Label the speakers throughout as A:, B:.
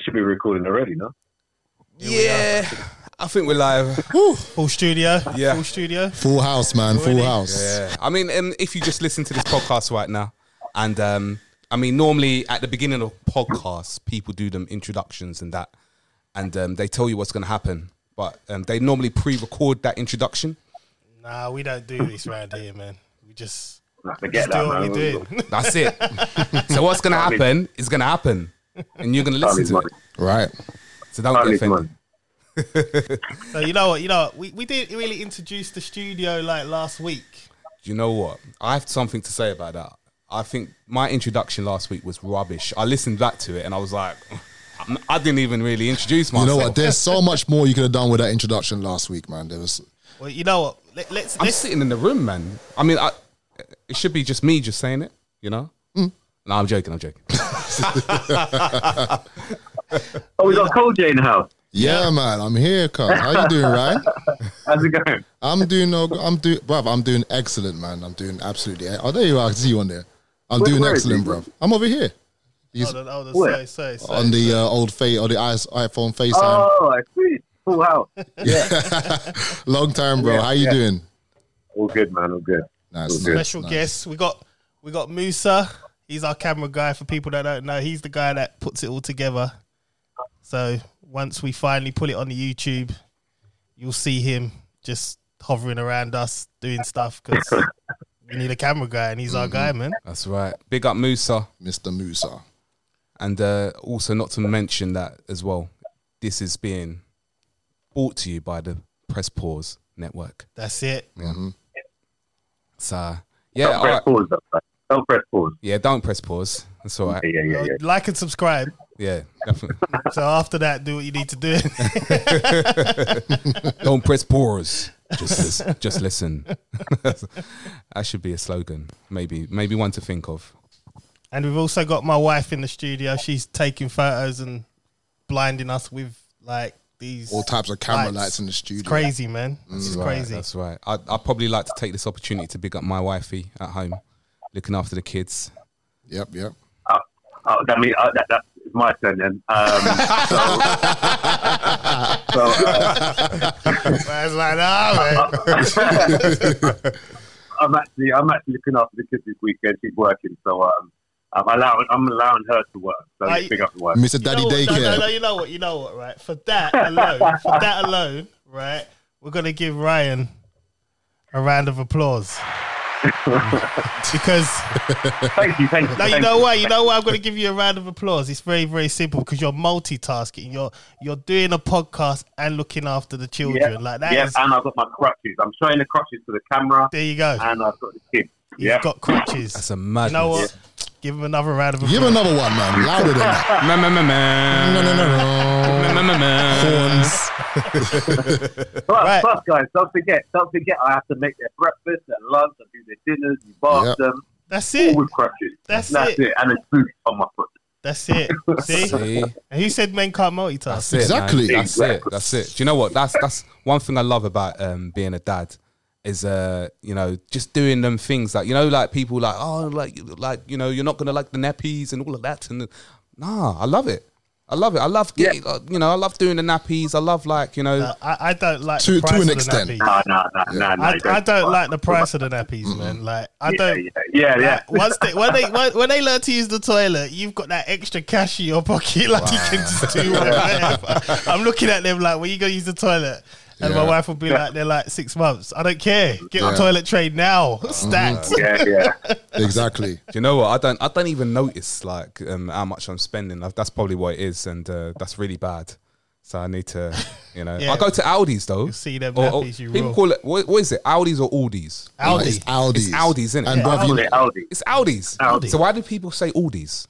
A: should be recording already, no?
B: yeah, I think we're live.
C: Full studio.
B: Yeah.
C: Full studio.
D: Full house, man. Full house.
B: Yeah. I mean, um, if you just listen to this podcast right now, and um, I mean, normally at the beginning of podcasts, people do them introductions and that, and um, they tell you what's going to happen, but um, they normally pre-record that introduction.
C: Nah, we don't do this round here, man. We just,
A: Nah,
C: just
A: forget
C: do
A: that,
C: what
A: man.
C: we do.
B: That's it. so what's going to
A: Can't leave-
B: happen is going to happen, and you're going to
A: Can't
B: listen
A: lose
B: to
A: money.
B: it.
D: Right.
B: So don't
A: Can't
B: get
A: lose money.
B: offended.
C: so you know what? You know what? We we didn't really introduce the studio like last week.
B: Do you know what? I have something to say about that. I think my introduction last week was rubbish. I listened back to it and I was like, I didn't even really introduce
D: You
B: myself.
D: know what? There's so much more you could have done with that introduction last week, man. There was
C: Well, you know what? Let, let's
B: I'm
C: let's
B: sitting in the room, man. I mean, I, it should be just me just saying it, you know? No, I'm joking. I'm joking.
A: Oh, we got Cold J in the house.
D: yeah, man. I'm here, cuz. How you doing, right?
A: How's it going?
D: I'm doing no. I'm doing, bruv. I'm doing excellent, man. I'm doing absolutely. Oh, there you are. I see you on there. I'm
A: Where-
D: doing
A: where is
D: excellent,
A: he?
D: bruv. I'm over here
C: hold on, hold on,
A: Where?
C: sorry, sorry, sorry.
B: Oh,
D: on the uh, old face or the ice, iPhone FaceTime.
A: Oh, I see. Full house.
D: Long time, bro.
A: Yeah,
D: How you
A: yeah.
D: doing?
A: All good, man. All good.
D: Nice.
A: good.
D: nice,
C: Special
D: nice.
C: guest. We got we got Musa. He's our camera guy. For people that don't know, he's the guy that puts it all together. So once we finally put it on the YouTube, you'll see him just hovering around us doing stuff because we need a camera guy, and he's our guy, man.
B: That's right. Big up Musa.
D: Mr. Musa.
B: And uh, also, not to mention that as well, this is being brought to you by the Press Pause Network.
C: That's it.
B: So, yeah.
A: Don't
B: All
A: press
B: right.
A: pause, though. man. Don't press pause.
B: Yeah, don't press pause. That's all right.
A: Yeah, yeah, yeah.
C: Uh, Like and subscribe.
B: Yeah, definitely.
C: So after that, do what you need to do.
B: Don't press pause. Just lis- just listen. that should be a slogan. Maybe maybe one to think of.
C: and we've also got my wife in the studio. She's taking photos and blinding us with like these
D: All types of camera lights,
C: Lights.
D: in the studio. Mm.
C: crazy, man. This is
B: Right,
C: crazy.
B: That's right. I I probably like to take this opportunity to big up my wifey at home, looking after the kids.
D: Yep, yep.
A: Oh, that means uh, that, that's my turn then. Um, so, so uh,
C: I was like, nah, man.
A: I'm actually I'm actually looking after the kids this weekend. She's working, so um, I'm allowing I'm allowing her to work. So
C: Are you-
A: pick up the work.
D: Mr.
C: You know
D: Daddy
C: what?
D: Daycare.
C: No, no, no, you know what? You know what? Right? For that alone, for that alone, right? We're gonna give Ryan a round of applause because
A: Thank you, thank you.
C: No, you
A: thank
C: know what? You know what? I'm going to give you a round of applause. It's very, very simple because you're multitasking. You're you're doing a podcast and looking after the children. Like that is.
A: Yeah, and I've got my crutches. I'm showing the crutches to the camera,
C: there you go.
A: and I've got the kids.
C: You've
A: Uh, Yeah,
C: got crutches.
B: That's a
C: you
B: madness.
C: know what? Give him another round of applause.
D: Give another one, man. Louder than that.
B: Ma- ma- ma- ma.
D: No, no, no,
B: Ma-
D: no.
B: ma- ma- ma.
D: Horns.
A: plus,
C: Right.
A: plus, guys, don't forget, don't forget, I have to make their breakfast, their lunch, I do their dinners, you bath
D: Yeah.
A: them,
C: That's
A: all
C: it.
A: with crutches.
C: That's
A: that's
C: it.
A: it. and it's boots on my foot.
C: That's it. See?
B: See?
C: And who said men can't multitask?
B: That's it, man.
D: Exactly.
B: That's it. That's it. Do you know what? That's that's one thing I love about um, being a dad is uh you know just doing them things like you know like people like oh like like you know you're not gonna like the nappies and all of that and nah I love it. I love it. I love getting, uh, you know I love doing the nappies. I love like you know
C: Uh, I, I don't like the
D: To-
C: price
D: to an
C: of the
D: extent.
C: nappies.
A: No, no, no, no, no.
C: I, I don't
A: fuck.
C: like the price of the nappies, man. Like I
A: Yeah,
C: don't.
A: yeah, yeah, yeah.
C: Like, once they when they when, when they learn to use the toilet, you've got that extra cash in your pocket, like you can just do whatever. I'm looking at them like, when you gonna use the toilet? And my
D: Yeah.
C: wife will be like, they're like six months. I don't care. Get on
D: Yeah. Mm-hmm.
C: toilet train now. Stacked.
A: yeah, yeah.
D: Exactly.
B: Do you know what? I don't. I don't even notice like um, how much I'm spending. Like, That's probably what it is, and uh, that's really bad. So I need to, you know,
C: Yeah.
B: I go to Aldi's though.
C: see them
B: Or- or
C: nappies, you
B: people
C: roll.
B: call it. What, what is it? Aldi's or Aldi's?
D: It's
C: Aldi.
D: Aldi's.
B: It's Aldi's, isn't it?
D: And
B: Yeah.
D: bruv, you,
A: Aldi, Aldi.
B: It's Aldi's.
A: Aldi.
B: So why do people say Aldi's?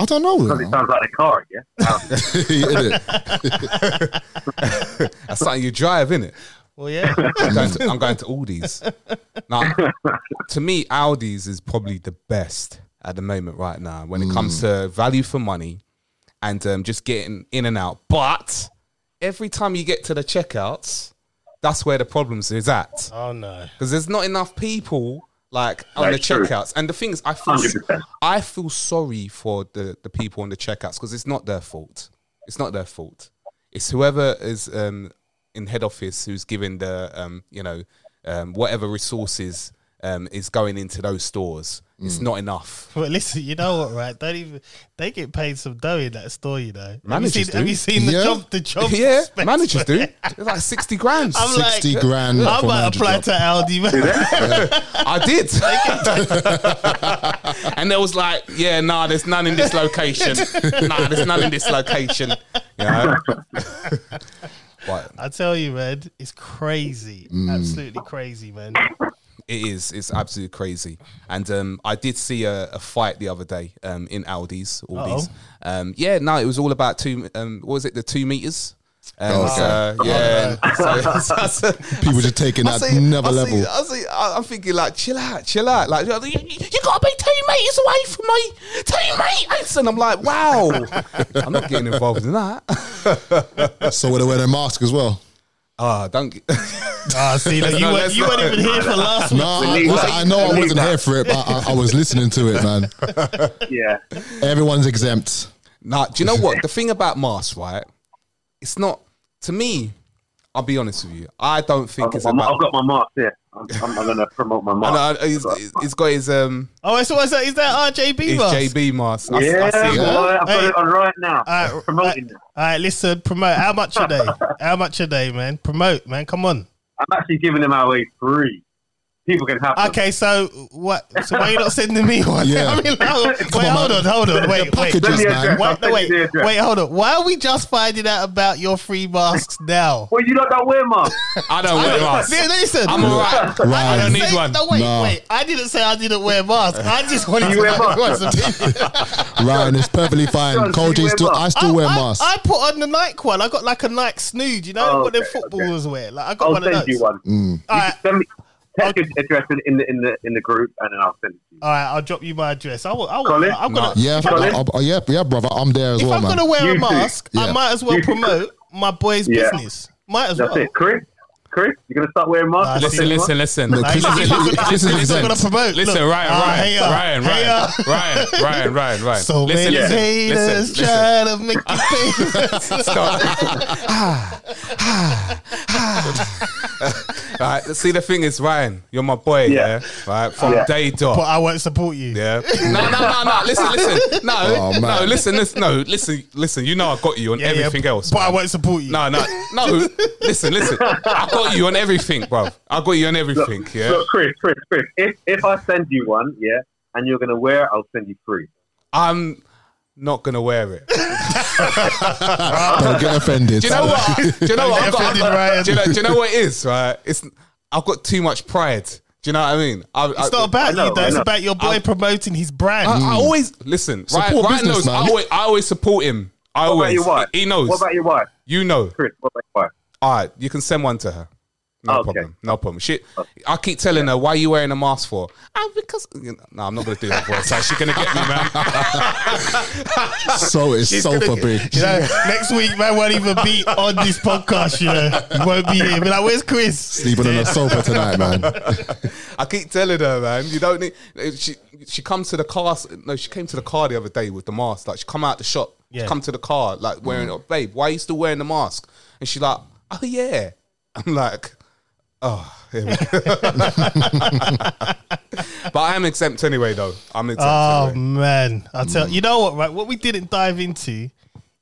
D: I don't know.
A: Because
D: You
A: it
D: know.
A: sounds like a car, yeah? Um, Aldi.
D: Innit?
B: That's something you drive, isn't it?
C: Well, yeah.
B: I'm going to, I'm going to Aldi's. Now, to me, Aldi's is probably the best at the moment right now when it comes to value for money and um, just getting in and out. But every time you get to the checkouts, that's where the problems is at
C: Oh no.
B: because there's not enough people like on the
A: That's true.
B: checkouts. And the thing is, I feel
A: 100%.
B: I feel sorry for the the people on the checkouts because it's not their fault. It's not their fault. It's whoever is um, in head office who's giving the um, you know um, whatever resources um, is going into those stores. It's not enough.
C: Well, listen, you know what, right? Don't even they get paid some dough in that store, you know. have you
B: Managers
C: seen,
B: do.
C: Have you seen the
D: Yeah.
C: job? The job.
B: yeah,
C: specs?
B: managers do. It's like sixty grams.
C: I'm like-
D: 60 grand.
C: I
D: for
C: might
D: manager
C: apply
D: job.
C: to Aldi, man.
B: I did. and there was like, yeah, nah, there's none in this location. nah, there's none in this location. You know? but
C: I tell you, man, it's crazy,
D: Mm.
C: absolutely crazy, man.
B: it is, it's absolutely crazy. And um, I did see a, a fight the other day um, in Aldi's. All these. Um, yeah, no, it was all about two, um, what was it, the two meters? And,
D: Oh, okay.
B: uh, yeah, and so- so- so-
D: People just taking
B: I
D: that
B: see-
D: another
B: I see-
D: level.
B: I see, I, I'm thinking like, chill out, chill out. Like, you, you gotta be teammates away from me, teammates. And I'm like, wow, I'm not getting involved in that.
D: So would they wear their mask as well?
B: Ah, don't. Get,
C: Ah, see, look, you,
B: No,
C: weren't,
B: that's
C: you weren't even here for last
D: No,
C: week.
D: I,
A: Believe
D: listen,
A: that.
D: I know I
A: Believe
D: wasn't
A: that.
D: here for it, but I, I was listening to it, man.
A: Yeah.
D: Everyone's exempt.
B: nah, do you know what? The thing about masks, right? It's not to me. I'll be honest with you. I don't think
A: I've
B: it's
A: got, my, I've
B: about.
A: got my mark there. I'm, I'm, I'm going to promote my
B: I
A: mark.
B: know, he's, he's got his um
C: Oh, so what's that? Is that RJB?
B: his
C: mask?
B: JB mask. I,
A: yeah,
B: I see
A: boy,
B: it.
A: I've got
C: Hey. Uh,
A: it on right now.
C: All right,
A: Promoting it.
C: all right, listen, promote. How much a day? How much a day, man? Promote, man. Come on.
A: I'm actually giving them our way free. People can have them.
C: Okay, so what? So why you not sending me one?
D: Yeah.
C: I mean, like, wait,
D: on,
C: hold on,
D: man.
C: hold on, wait, wait.
D: Packages,
A: Let me
D: man.
A: address- I'll
C: Wait, no,
A: send
C: wait,
A: you the address.
C: wait, hold on. Why are we just finding out about your free masks now?
A: Well, you don't know where, Mark.
B: I don't wear masks.
C: Li- Listen,
B: I'm alright. I
D: Right.
B: don't need
C: Say-
B: one.
C: No, wait,
D: No.
C: wait. I didn't say I didn't wear masks. I just wanted
A: You
C: to
A: wear
C: know everyone's opinion.
D: Ryan, it's perfectly fine.
A: John,
D: Cole
A: do you wear
D: J still,
A: mask?
D: I still wear
C: I,
D: masks.
C: I, I put on the Nike one. I got like a Nike snood, you know
A: Oh,
C: what them
A: okay,
C: footballers wear. Like I got
A: I'll
C: one of
A: send
C: those.
A: you one.
B: Mm.
C: All right,
A: Send me text your address in, in the in the in the group, and then I'll send it to you.
C: all right. I'll drop you my address. I will. I will.
A: Colin?
C: I'm
B: No.
C: gonna.
D: yeah,
C: if
D: I,
C: I'm
A: Colin?
D: I, I- yeah, yeah, brother. I'm there as
C: if
D: well,
C: I'm
D: man.
C: gonna wear
A: You
C: a
A: too.
C: mask, I
D: Yeah.
C: might as well
A: You too.
C: promote my boy's
A: Yeah.
C: business. Might as
A: That's
C: well.
A: it, Chris. Chris, you're gonna start wearing masks.
C: Nah,
A: I'll
C: see,
A: send
B: Listen,
A: you one.
B: Ah, listen, listen.
D: Look,
B: listen, listen,
D: Chris is- Chris is
B: listen,
C: He's not gonna
D: exempt.
C: promote.
B: Listen,
C: Look,
B: Ryan,
C: ah,
B: Ryan,
C: hang on,
B: Ryan,
C: hang
B: Ryan,
C: on.
B: Ryan, Ryan, Ryan, Ryan.
C: uh. So
B: listen,
C: many
B: listen,
C: haters
B: listen, listen.
C: try to make you think.
B: Right, see, the thing is, Ryan, you're my boy, yeah.
A: Yeah.
B: Right, from
A: Yeah.
B: day
C: but
B: dot.
C: I won't support you.
B: Yeah. No, no, no, no. Listen, listen. No,
D: Oh, man.
B: no. Listen, listen. No, listen, listen. You know I got you on
C: Yeah, yeah,
B: everything else.
C: But I
B: man.
C: won't support you.
B: No, no, no. Listen, listen. I got you on everything, bro. I got you on everything. yeah.
A: Look, Chris, Chris, Chris. If if I send you one, yeah, and you're gonna wear, it, I'll send you three.
B: I'm not gonna wear it.
D: Don't get offended.
B: Do you know what? Do you know what? I've got,
C: offended, Ryan.
B: do, you know, do you know what it is? Right? It's I've got too much pride. Do you know what I mean? I,
C: It's not about
A: I know,
C: you, though.
A: I
C: It's
A: know.
C: about your boy promoting his brand.
B: I, I always listen. Right,
D: Support
B: Ryan
D: business,
B: knows. I
D: man.
B: always, I always support him. I
A: What about
B: always.
A: your wife?
B: He knows.
A: What about your wife,
B: you know.
A: Chris? What about your wife?
B: All right, you can send one to her. No
A: Okay.
B: problem. No problem. She, I keep telling her, "Why are you wearing a mask for?" Oh, because you know, no, I'm not gonna do that voice. Like, she's gonna get me, man.
D: So it's so for big.
C: You know, next week, man won't even be on this podcast. You know, he won't be here. Be like, where's Chris?
D: Sleeping on the sofa tonight, man.
B: I keep telling her, man, you don't need. She she comes to the car. No, she came to the car the other day with the mask. Like she come out the shop.
C: Yeah. Mm.
B: She come to the car like wearing. it. Babe, why are you still wearing the mask? And she like, oh yeah. I'm like, oh. Here we go. but I am exempt anyway, though. I'm exempt.
C: Oh
B: anyway.
C: man, I
A: Mm.
C: tell you know what, right? What we didn't dive into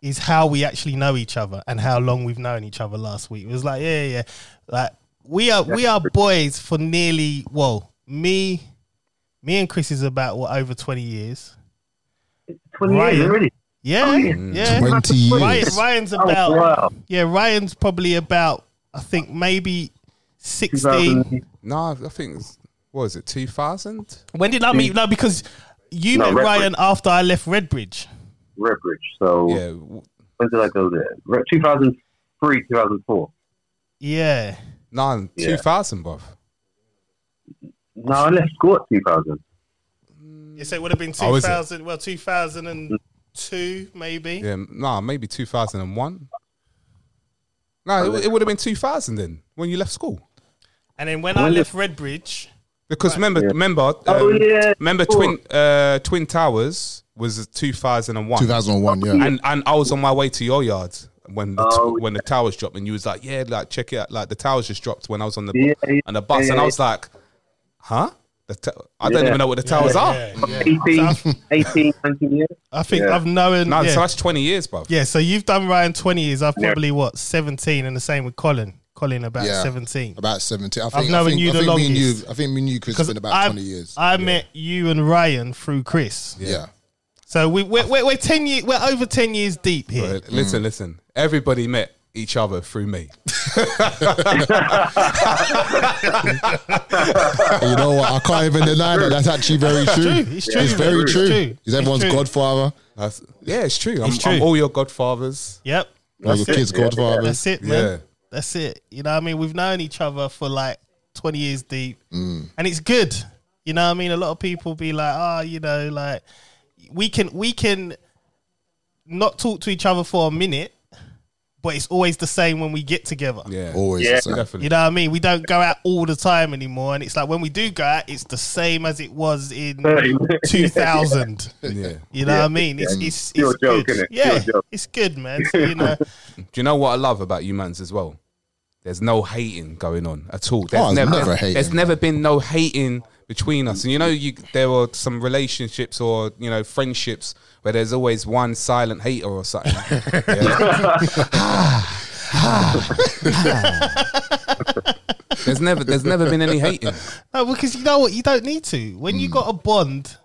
C: is how we actually know each other and how long we've known each other. Last week it was like, yeah, yeah, yeah. like we are we are boys for nearly well, me, me and Chris is about what over twenty years.
A: Twenty
C: Ryan.
A: years already.
C: Yeah, yeah.
D: 20
C: Ryan,
D: years.
C: Ryan's
A: Oh
C: about
A: wow.
C: yeah. Ryan's probably about I think maybe sixteen.
A: 2000
B: No, I think it's, what is it? Two thousand.
C: When did I meet? No, because you
A: No,
C: met
A: Redbridge.
C: Ryan after I left Redbridge.
A: Redbridge. So
B: Yeah. w-
A: when did I go there? Re- 2003, 2004.
C: Yeah.
B: No,
A: Yeah.
B: two thousand, bruv.
A: No, I left school at
B: Um,
A: 2000.
C: Yes, it would have been
B: Oh, is it?
C: 2000, well, 2002, maybe.
B: Yeah, nah, maybe 2001.
A: Oh,
B: No, it, would have been 2000 then when you left school.
C: And then when I
A: Well,
C: left Redbridge,
B: Because remember, remember, um,
A: Oh, yeah,
B: remember,
A: sure.
B: twin uh, Twin Towers was two thousand and one,
D: 2001, yeah.
B: and and I was on my way to your yard when the
A: Oh,
B: when the towers dropped, and you was like, yeah, like check it out, like the towers just dropped when I was on the
A: Yeah, yeah,
B: on the bus, and I
A: yeah.
B: was like, huh, the t- I don't
A: Yeah.
B: even know what the
D: Oh,
B: towers are.
C: yeah.
A: 18, 18, 19 years.
C: I think
A: Yeah.
C: I've known.
B: No,
C: yeah.
B: so that's twenty years, bro.
C: yeah, so you've done Ryan 20 years. I've
A: Yeah.
C: probably, what, 17, and the same with Colin. Colin, about
D: Yeah.
C: 17.
D: About 17. I think,
C: known
D: I think,
C: you
D: I
C: the
D: think me and you,
C: longest.
D: I think me and you, Chris, has been about
C: I-
D: 20 years.
C: I met you and Ryan through Chris.
D: yeah.
C: So we, we're, we're, we're 10 years, we're over 10 years deep here.
B: But listen, listen, everybody met each other through me.
D: you know what? I can't even deny that. That's actually very true.
C: It's true,
D: It's very
C: it's
D: true.
C: true.
D: He's everyone's
C: It's true.
D: godfather.
B: That's- yeah, it's true. I'm,
C: It's true.
B: I'm all your godfathers.
C: Yep.
D: All your
C: That's it.
D: kids' godfathers.
C: That's it, man.
B: Yeah.
C: That's it. You know what I mean? We've known each other for like 20 years deep.
B: Mm.
C: And it's good. You know what I mean? A lot of people be like, oh, you know, like we can we can not talk to each other for a minute, but it's always the same when we get together.
B: Yeah,
D: Always.
A: Yeah.
D: the same.
B: definitely.
C: You know what I mean? We don't go out all the time anymore. And it's like when we do go out, it's the same as it was in
A: Same.
C: 2000.
B: Yeah.
C: You know what I mean? It's, it's,
A: Pure
C: it's
A: joke,
C: good.
A: innit? Pure
C: Yeah,
A: joke.
C: it's good, man. So, you know,
B: Do you know what I love about you mans as well? There's no hating going on at all. There's
D: Oh, there's never
B: there's,
D: hating.
B: there's never been no hating between us. And you know, you there were some relationships or you know friendships where there's always one silent hater or something. Yeah. there's never there's never been any hating.
C: No, because you know what? You don't need to. When
B: Hmm.
C: you got a bond,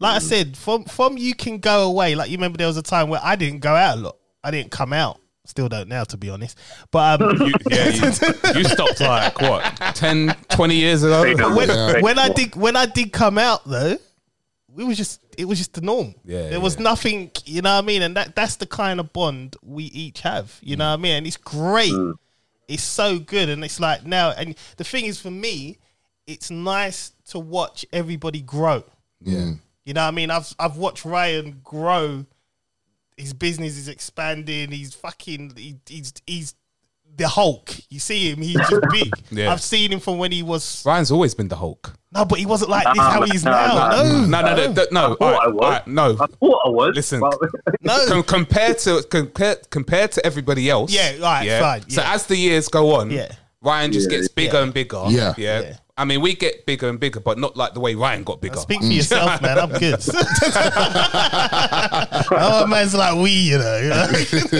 C: like I said, from from you can go away. Like you remember, there was a time where I didn't go out a lot. I didn't come out. Still don't now, to be honest. But um,
E: yeah, you, you stopped like what?
B: 10, 20 years ago.
C: when,
D: Yeah.
C: when I did when I did come out though, it was just it was just the norm.
B: Yeah,
C: there was
B: yeah.
C: nothing, you know what I mean. And that that's the kind of bond we each have, you know what I mean. And it's great.
E: Hmm.
C: It's so good, and it's like now. And the thing is, for me, it's nice to watch everybody grow.
D: Yeah.
C: You know what I mean? I've I've watched Ryan grow. His business is expanding. He's fucking. He, he's he's the Hulk. You see him. He's just big.
B: Yeah.
C: I've seen him from when he was
B: Ryan's always been the Hulk.
C: no, but he wasn't like this
A: Nah,
C: how
A: nah,
C: he's
A: nah,
C: now.
A: nah.
C: No,
B: No, no, no, no, no.
A: I
B: alright,
A: was.
B: alright, no.
A: I thought I was.
B: Listen.
A: but-
C: no.
B: Com- compared to compare, compared to everybody else.
C: Yeah, alright, fine,
B: So
C: yeah.
B: as the years go on,
C: Yeah.
B: Ryan just
A: Yeah.
B: gets bigger and bigger.
D: Yeah.
B: yeah,
C: Yeah.
B: I mean, we get bigger and bigger, but not like the way Ryan got bigger.
C: Speak for yourself, man. I'm good. oh, man's like we, you know.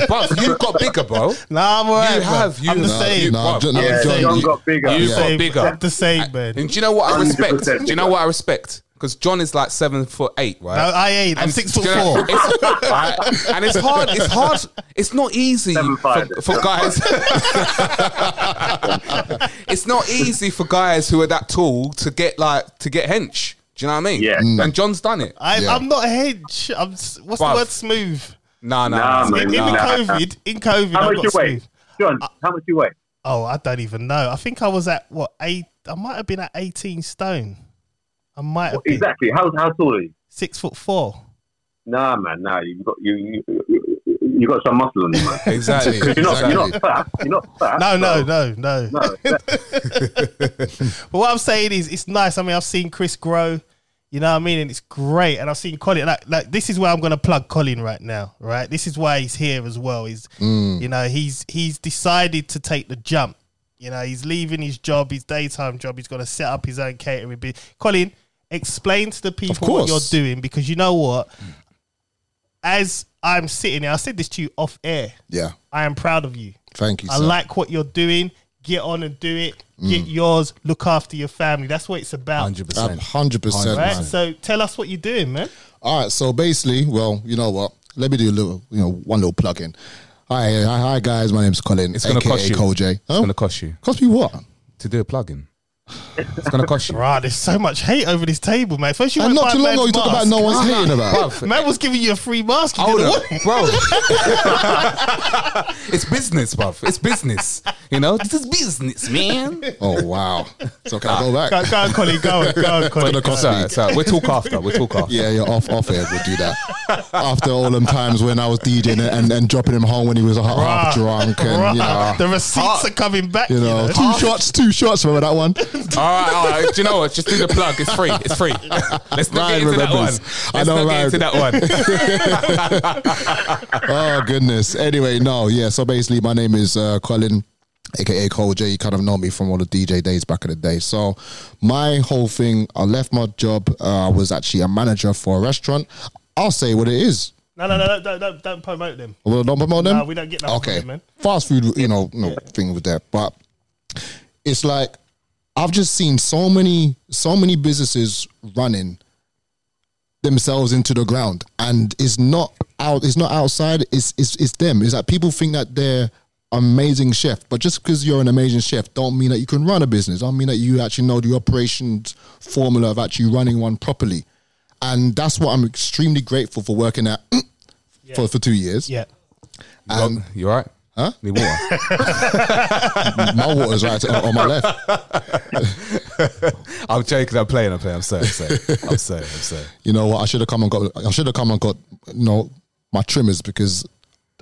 B: But you got bigger, bro.
C: nah, I'm alright.
B: You
C: bro.
B: have, you
C: I'm the
B: have,
C: same.
B: you-
D: Nah,
B: Wow.
D: John,
A: Yeah,
D: John,
A: John
D: you-
A: got bigger.
B: You
C: I'm the same.
B: got bigger.
C: I'm the same, man.
B: And do you know what I respect?
A: 100%
B: Do you know what I respect? Because John is like seven foot eight, right?
C: No, I ain't. I'm
B: And
C: six
B: do
C: foot
B: you know-
C: four.
B: it's- right? And it's hard. It's hard. It's not easy
A: Seven
B: for,
A: five.
B: for guys. it's not easy for guys who are that tall to get like to get hench. Do you know what I mean?
A: Yeah. Mm.
B: And John's done it.
C: I,
D: Yeah.
C: I'm not a hedge. I'm. s- What's
B: Bruv.
C: the word? Smooth.
B: Nah, nah,
A: Nah,
B: nah.
A: man.
C: In, in the
A: Nah.
C: COVID, in COVID,
A: How
C: I
A: much
C: got
A: you weigh?
C: smooth.
A: John, how much you weigh?
C: Oh, I don't even know. I think I was at what eight. I might have been at 18 stone. I might have been
A: Exactly. How, how tall are you?
C: six foot four.
A: Nah, man, nah. You've got, you, you, you got some muscle on you, man.
B: Exactly.
A: You're not,
B: exactly.
A: you're not fat. You're not fat.
C: No, no,
A: so-
C: no, no.
A: No, exactly.
C: But what I'm saying is, it's nice. I mean, I've seen Chris grow. You know what I mean? And it's great. And I've seen Colin. Like, like this is where I'm going to plug Colin right now. Right. This is why he's here as well. Is you know he's he's decided to take the jump. You know he's leaving his job, his daytime job. He's going to set up his own catering. Business. Colin, explain to the people what you're
D: course.
C: doing because you know what. As I'm sitting here, I said this to you off air.
D: yeah.
C: I am proud of you.
D: Thank you,
C: I
D: sir.
C: like what you're doing. Get on and do it.
D: Mm.
C: Get yours. Look after your family. That's what it's about.
B: Hundred
D: Um,
B: percent.
D: 100%.
C: Right?
D: man.
C: So tell us what you're doing, man.
D: All right, so basically, well, you know what? Let me do a little, you know, one little plug in. Hi, uh, hi, hi guys. My name's Colin.
B: It's gonna
D: aka
B: cost you.
D: Cole J. Oh.
B: It's
D: Huh?
B: gonna cost you
D: cost me what?
B: to do a plug-in. It's gonna cost you.
C: Right, there's so much hate over this table, man. First you
D: And
C: went
D: not
C: by
D: too long
C: man's
D: ago, you talk
C: mask.
D: about no one's hating about.
B: Bruv,
C: Man was giving you a free mask. You
B: Hold
C: didn't
B: up,
C: want it.
B: bro. it's business, bruv. It's business. You know, this is business, man.
D: Oh wow! So can I go back?
C: Go, go on, Colin. Go on, go on, Colin.
D: cost
B: Sorry, sorry. We'll talk after. We'll talk after.
D: Yeah, yeah, off off air we'll do that. After all them times when I was DJing and, and, and dropping him home when he was half drunk and
C: Bruh,
D: you know,
C: the receipts are coming back.
D: you know, two shots, two shots. Remember that one?
B: all right, all right. Do you know what? Just do the plug. It's free. It's free. Let's not
D: Ryan
B: get into that one.
D: remembers.
B: Let's
D: I know
B: not get into that one.
D: oh goodness. Anyway, no, yeah. So basically, my name is uh, Colin, aka Cole J. You kind of know me from all the DJ days back in the day. So my whole thing, I left my job. Uh, I was actually a manager for a restaurant. I'll say what it is.
C: No, no, no, no, don't, don't, don't promote them.
D: Well, don't promote them.
C: Nah, we don't get nothing from
D: Okay,
C: them, man.
D: fast food, you know, no thing with that. But it's like I've just seen so many, so many businesses running themselves into the ground, and it's not out. It's not outside. It's it's it's them. It's like people think that they're amazing chef, but just because you're an amazing chef, don't mean that you can run a business. Don't mean that you actually know the operations formula of actually running one properly. And that's what I'm extremely grateful for working at for, for two years.
C: Yeah.
D: And
B: you all right? Um, Huh? Need water.
D: my water's right on, on my left.
B: I'm joking. I'm playing. I'm playing. I'm sorry. I'm sorry. I'm sorry. I'm sorry.
D: You know what? I should have come and got. I should have come and got. You know, my trimmers because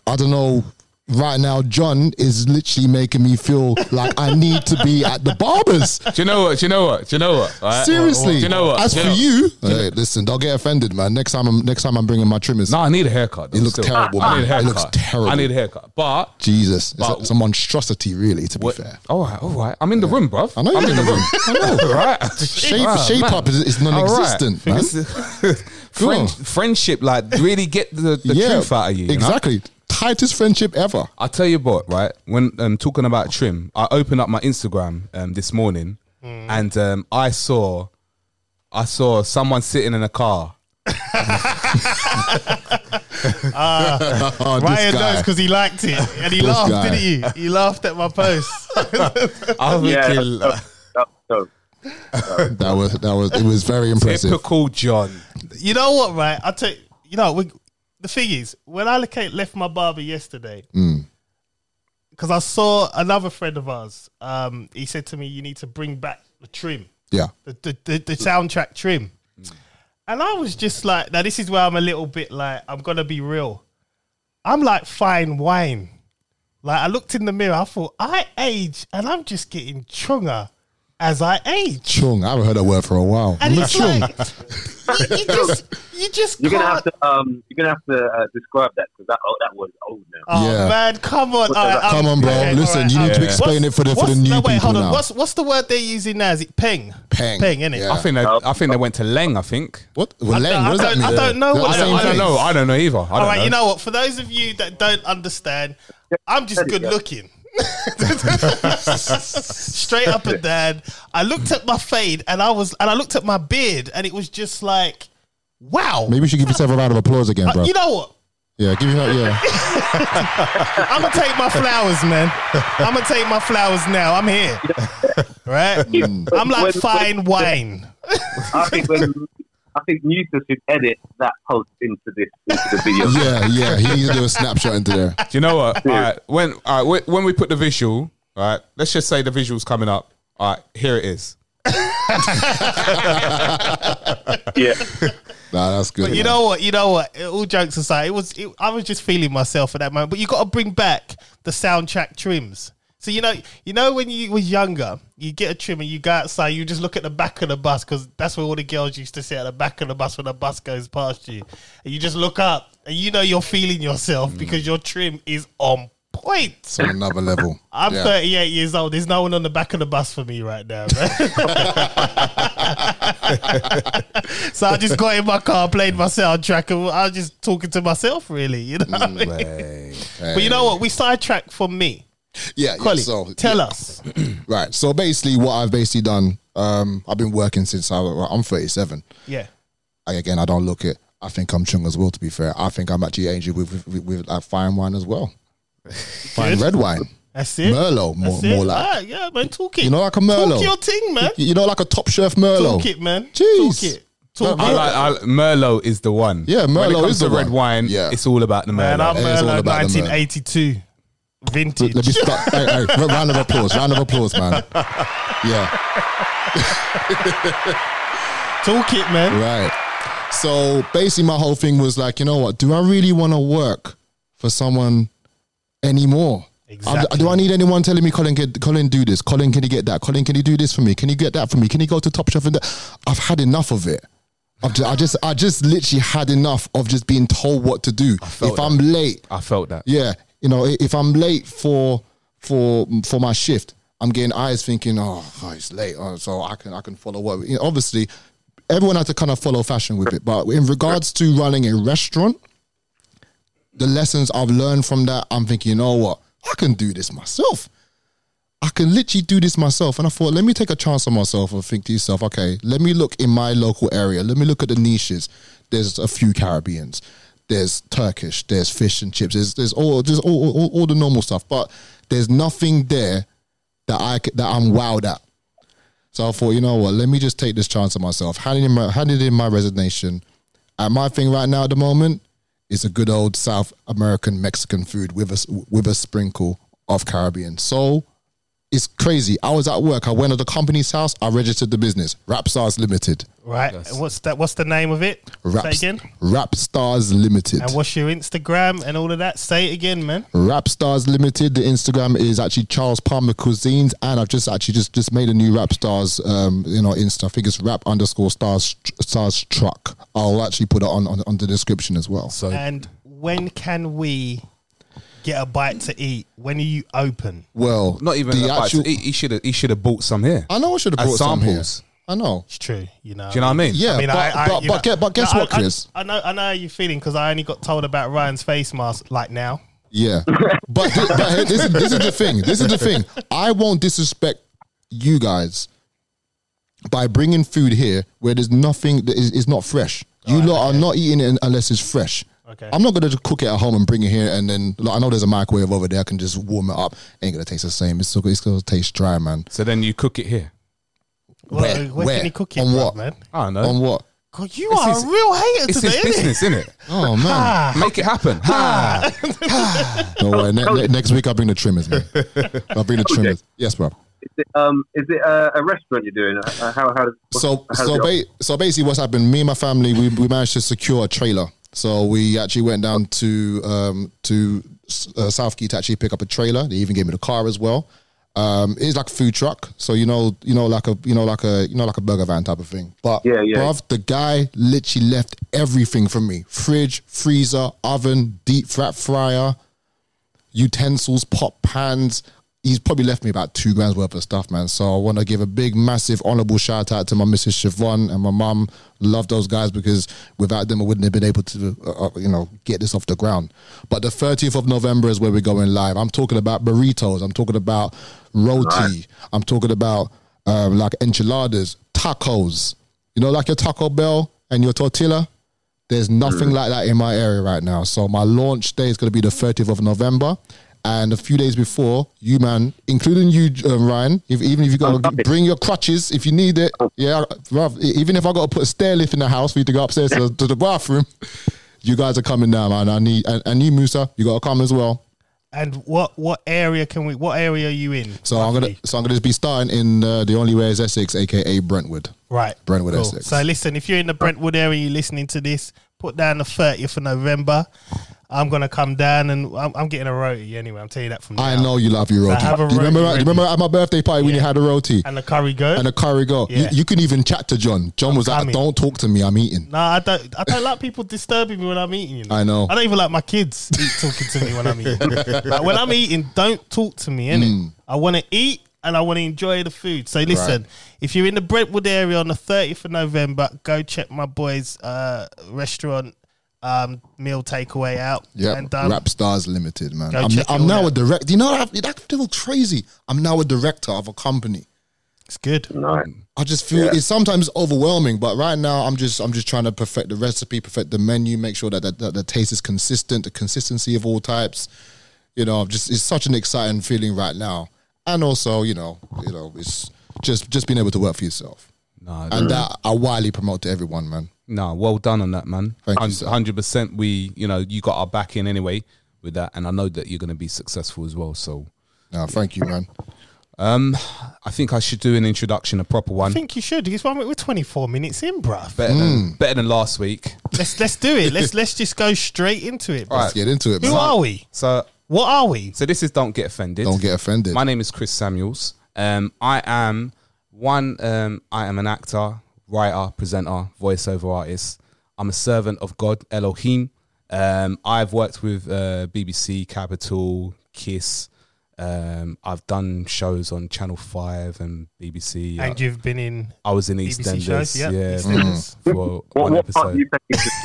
D: I don't know. Right now, John is literally making me feel like I need to be at the barbers.
E: Do you know what? Do you know what? Do you know what? All
B: Uh,
E: right?
D: Seriously.
E: Do you know what?
D: As
E: Do
D: for
E: know-
D: you, hey, listen, don't get offended, man. Next time, I'm next time I'm bringing my trimmers.
B: No, I need a haircut. though,
D: It looks
B: still.
D: terrible,
B: I
D: man.
B: need a
D: It
B: haircut.
D: looks terrible.
B: I need a haircut. But
D: Jesus, it's a,
B: But-
D: it's a monstrosity, really. To be
B: what-
D: fair,
B: all right, all right. I'm in the room, bruv.
D: I know
B: I'm
D: you're
B: in the
D: in the
B: room. I know, right?
D: shape,
B: Ah,
D: shape
B: man.
D: up is, is
B: All right.
D: non-existent, man.
B: Friend, friendship, like, really get the, the truth out of you. you know?
D: exactly. Tightest friendship ever.
B: I'll tell you what, right? When um, talking about trim, I opened up my Instagram um, this morning and um, I saw I saw someone sitting in a car.
D: Oh, this
C: Ryan knows
D: guy.
C: because he liked it and he
D: This
C: laughed,
D: guy.
C: didn't he? He laughed at my post.
B: I was
A: Yeah,
B: thinking, like,
A: that's- that's so.
D: That was that was it was very impressive.
B: typical John.
C: you know what, right? I tell you, you know, we, the thing is, when I look at- left my barber yesterday, because I saw another friend of ours, um, he said to me, "You need to bring back the trim,
D: Yeah.
C: the the, the, the soundtrack trim," and I was just like, "Now this is where I'm a little bit like, I'm gonna be real. I'm like fine wine. Like I looked in the mirror, I thought I age, and I'm just getting chunger as I age."
D: Chung. I haven't heard that word for a while.
C: And it's
D: Chung.
C: like you, you just you just
A: You're
C: can't.
A: gonna have to um, you're gonna have to uh, describe that because that oh, that was old now.
C: Oh
D: Yeah.
C: man, come on! All right, I'm-
D: Come on, bro.
C: okay,
D: Listen,
C: all
D: you need to
C: okay.
D: explain it for the- for
C: what's-
D: the new
C: no, wait,
D: people
C: hold on.
D: now.
C: What's what's the word they're using now? Is it peng?
D: Peng.
C: peng, innit?
D: Yeah.
B: I think they, I think they went to Leng. I think.
D: What? Well, Leng,
C: don't-
D: what does
C: I
D: that mean?
C: don't- I don't know
D: Is that
C: what that-
D: the same
B: I don't
D: thing?
B: know. I don't know either. I don't
C: All right,
B: know.
C: you know what? For those of you that don't understand, I'm just good looking. Straight up and down. I looked at my fade and I was and I looked at my beard and it was just like, wow.
D: Maybe you should give yourself a round of applause again, bro.
C: Uh, You know what?
D: yeah, give you that. Yeah.
C: I'm gonna take my flowers, man. I'm gonna take my flowers now. I'm here, right?
D: Hmm.
C: I'm like
A: When-
C: fine wine.
A: I think when I think Newton should edit that post into this into the video.
D: Yeah, yeah. He needs to do a snapshot into there.
B: Do you know what? All right, when all right, wh- when we put the visual, all right, let's just say the visual's coming up. All right, here it is.
A: yeah.
D: Nah, that's good.
C: But you
D: man.
C: know what? You know what? It- All jokes aside, it was. It, I was just feeling myself at that moment. But you got to bring back the soundtrack trims. So you know, you know when you was younger, you get a trim and you go outside. You just look at the back of the bus because that's where all the girls used to sit at the back of the bus when the bus goes past you, and you just look up and you know you're feeling yourself because your trim is on point.
D: It's on another level.
C: I'm
D: Yeah.
C: 38 years old. There's no one on the back of the bus for me right now. man. so I just got in my car, played my soundtrack, and I was just talking to myself, really. You know, what I
D: Mm,
C: mean? but you know what? We sidetracked from me.
D: Yeah. yeah
C: Colin,
D: so
C: tell us.
D: right. So basically, what I've basically done, um, I've been working since I, I'm 37.
C: Yeah,
D: I, again, I don't look it. I think I'm chung as well. To be fair, I think I'm actually aging with with, with, with like fine wine as well. Fine
C: Good.
D: red wine,
C: that's it.
D: Merlot, more,
C: that's it.
D: more like
C: Ah, yeah, man. Talk it.
D: you know, like a
C: talk your
D: Merlot.
C: thing, man.
D: You know, like a top chef Merlot.
C: Talk it, man.
D: Jeez.
C: Talk it. Talk
D: No,
B: I
C: it.
B: like, I, like- Merlot is the one.
D: Yeah,
B: when it
D: Merlot
B: comes
D: is
B: to
D: the
B: red
D: one.
B: wine.
D: Yeah.
B: It's all about the Merlot.
C: man, I'm
D: It's all
C: Merlot
D: about the Merlot.
C: 1982 vintage.
D: Let me stop. hey, hey, r- round of applause. Round of applause, man. Yeah,
C: Talk it, man.
D: right. So basically, my whole thing was like, you know what? Do I really want to work for someone anymore? I'm-
C: Exactly.
D: Do I need anyone telling me, Colin, can, Colin, do this? Colin, can you get that? Colin, can you do this for me? Can you get that for me? Can you go to Top Chef? And that? I've had enough of it. I've just, I just, I just literally had enough of just being told what to do. If
B: felt
D: I'm late,
B: I felt that.
D: yeah, you know, i- if I'm late for for for my shift, I'm getting eyes thinking, oh, oh, it's late, oh, so I can I can follow what. You know, obviously, everyone had to kind of follow fashion with it, but in regards to running a restaurant, the lessons I've learned from that, I'm thinking, you know what, I can do this myself. I can literally do this myself. And I thought, let me take a chance on myself and think to yourself, okay, let me look in my local area. Let me look at the niches. There's a few Caribbeans. There's Turkish. There's fish and chips. There's there's all just all, all, all the normal stuff. But there's nothing there that I c- that I'm wowed at. So I thought, you know what? Let me just take this chance on myself. Handed in my, handed in my resignation. And my thing right now at the moment is a good old South American Mexican food with a s- with a sprinkle of Caribbean. So it's crazy. I was at work. I went to the company's house. I registered the business. Rapstars Limited.
C: right. What's that? What's the name of it? Say
D: Raps,
C: again.
D: Rapstars Limited.
C: And what's your Instagram and all of that? Say it again, man.
D: Rapstars Limited. The Instagram is actually Charles Palmer Cuisines, and I've just actually just just made a new Rapstars, um, you know, Insta. I think it's Rap underscore Stars Stars Truck. I'll actually put it on on, on the description as well. So
C: And when can we get a bite to eat? When are you open?
D: well,
B: Not even
D: the
B: like,
D: actual. Uh,
B: he, he should have he should have bought some here.
D: I know I should have
B: As
D: brought some here.
B: samples.
D: I know.
C: It's true, you know.
B: Do you know what I mean?
D: Yeah, but but,
C: you
D: but,
C: know-
D: get, but guess
C: No, I-
D: what,
C: I-
D: Chris?
C: I, know, I know how you're feeling because I only got told about Ryan's face mask like now.
D: Yeah, but, thi- but hey, this, is, this is the thing. This is the thing. I won't disrespect you guys by bringing food here where there's nothing that is, is not fresh. You lot are not eating it unless it's fresh.
C: Okay.
D: I'm not gonna just cook it at home and bring it here, and then like, I know there's a microwave over there. I can just warm it up. Ain't gonna taste the same. It's still it's gonna taste dry, man.
B: So then you cook it here.
C: Where,
D: Where?
C: where,
D: Where?
C: can he cook it,
D: On
C: bruv,
D: what?
C: man?
B: I don't know.
D: On what?
C: God, you
B: It's
C: are
B: his-
C: a real hater
B: it's his
C: today, isn't
B: business, isn't it?
D: Oh man!
C: Ah,
B: Make it happen. Ha!
D: Don't worry. Ne- ne- next week I'll bring the trimmers, man. I'll bring the trimmers. Yes, bro.
A: Is it, um, is it a, a restaurant you're doing? Uh, how how does what's-
D: so
A: how's
D: so
A: it
D: ba- so basically what's happened me and my family we, we managed to secure a trailer so we actually went down to um to uh, south key to actually pick up a trailer they even gave me the car as well um it's like a food truck so you know you know like a you know like a you know like a burger van type of thing but
A: Yeah, yeah.
D: bruv, the guy literally left everything for me fridge freezer oven deep fat fryer utensils, pot pans. He's probably left me about two grand's worth of stuff, man. So I want to give a big, massive, honourable shout out to my Mrs. Siobhan and my mum. Love those guys because without them, I wouldn't have been able to, uh, uh, you know, get this off the ground. But the 30th of November is where we're going live. I'm talking about burritos. I'm talking about roti. I'm talking about um, like enchiladas, tacos. You know, like your Taco Bell and your tortilla. There's nothing
C: Mm.
D: like that in my area right now. So my launch day is going to be the 30th of November. And a few days before, you man, including you, uh, Ryan, if, even if you got to
A: love it.
D: bring your crutches if you need it, yeah, bruv, e- even if I got to put a stair lift in the house for you to go upstairs to, the- to the bathroom, you guys are coming down, man. I need, and, and you, Musa, you got to come as well.
C: And what what area can we? What area are you in?
D: So I'm gonna,
C: roughly?
D: so I'm gonna just be starting in uh, the only way is Essex, aka Brentwood.
C: right
D: Brentwood,
C: cool.
D: Essex.
C: So listen, if you're in the Brentwood area, you're listening to this, put down the 30th of November. I'm gonna come down and I'm, I'm getting a roti anyway. I'm telling you that from now.
D: I know you love your roti.
C: have a
D: Do you remember?
C: roti
D: Do you remember at my birthday party when you
C: Yeah.
D: had a roti?
C: And the curry goat.
D: and a curry goat.
C: Yeah.
D: You, you can even chat to John. John was like,
C: coming.
D: "Don't talk to me. I'm eating."
C: No, I don't. I don't like people disturbing me when I'm eating. You know?
D: I know.
C: I don't even like my kids eat, talking to me when I'm eating. like when I'm eating, don't talk to me. Innit?
D: Mm.
C: I want to eat and I want to enjoy the food. So listen, if you're in the Brentwood area on the 30th of November, go check my boys' uh, restaurant um, meal takeaway out.
D: Yeah,
C: and um,
D: Rap Stars Limited, man.
C: Go
D: I'm,
C: check it
D: I'm
C: all
D: now a
C: out.
D: director. You know that that feels crazy. I'm now a director of a company.
C: it's good.
A: going?
D: I just feel it's sometimes overwhelming, but right now I'm just I'm just trying to perfect the recipe, perfect the menu, make sure that that, that the taste is consistent, the consistency of all types. You know, I'm just it's such an exciting feeling right now, and also you know you know it's just just being able to work for yourself,
B: Nah,
D: and that I widely promote to everyone, man.
B: No, well done on that, man.
D: Thank you, sir.
B: Hundred percent. We, you know, you got our back in anyway with that, and I know that you're going to be successful as well. So,
D: No, thank you, man.
B: I think I should do an introduction, a proper one,
C: I think you should. Because we're 24 minutes in, bruv.
B: better
D: Hmm.
B: than better than last week.
C: Let's let's do it. Let's let's just go straight into it. bruv.
D: Let's get into it, man.
C: Who are we?
B: So,
C: What are we?
B: So this is don't get offended.
D: Don't get offended.
B: My name is Chris Samuels. Um, I am one. Um, I am an actor, writer, presenter, voiceover artist. I'm a servant of God Elohim. Um, I've worked with uh, BBC, Capital, Kiss. Um, I've done shows on Channel Five and BBC.
C: And you've been in
B: Uh, I was in
C: BBC
B: EastEnders,
C: shows, yeah.
B: yeah,
C: EastEnders.
B: for
A: What,
B: one
A: what part do
B: episode.
A: you take interest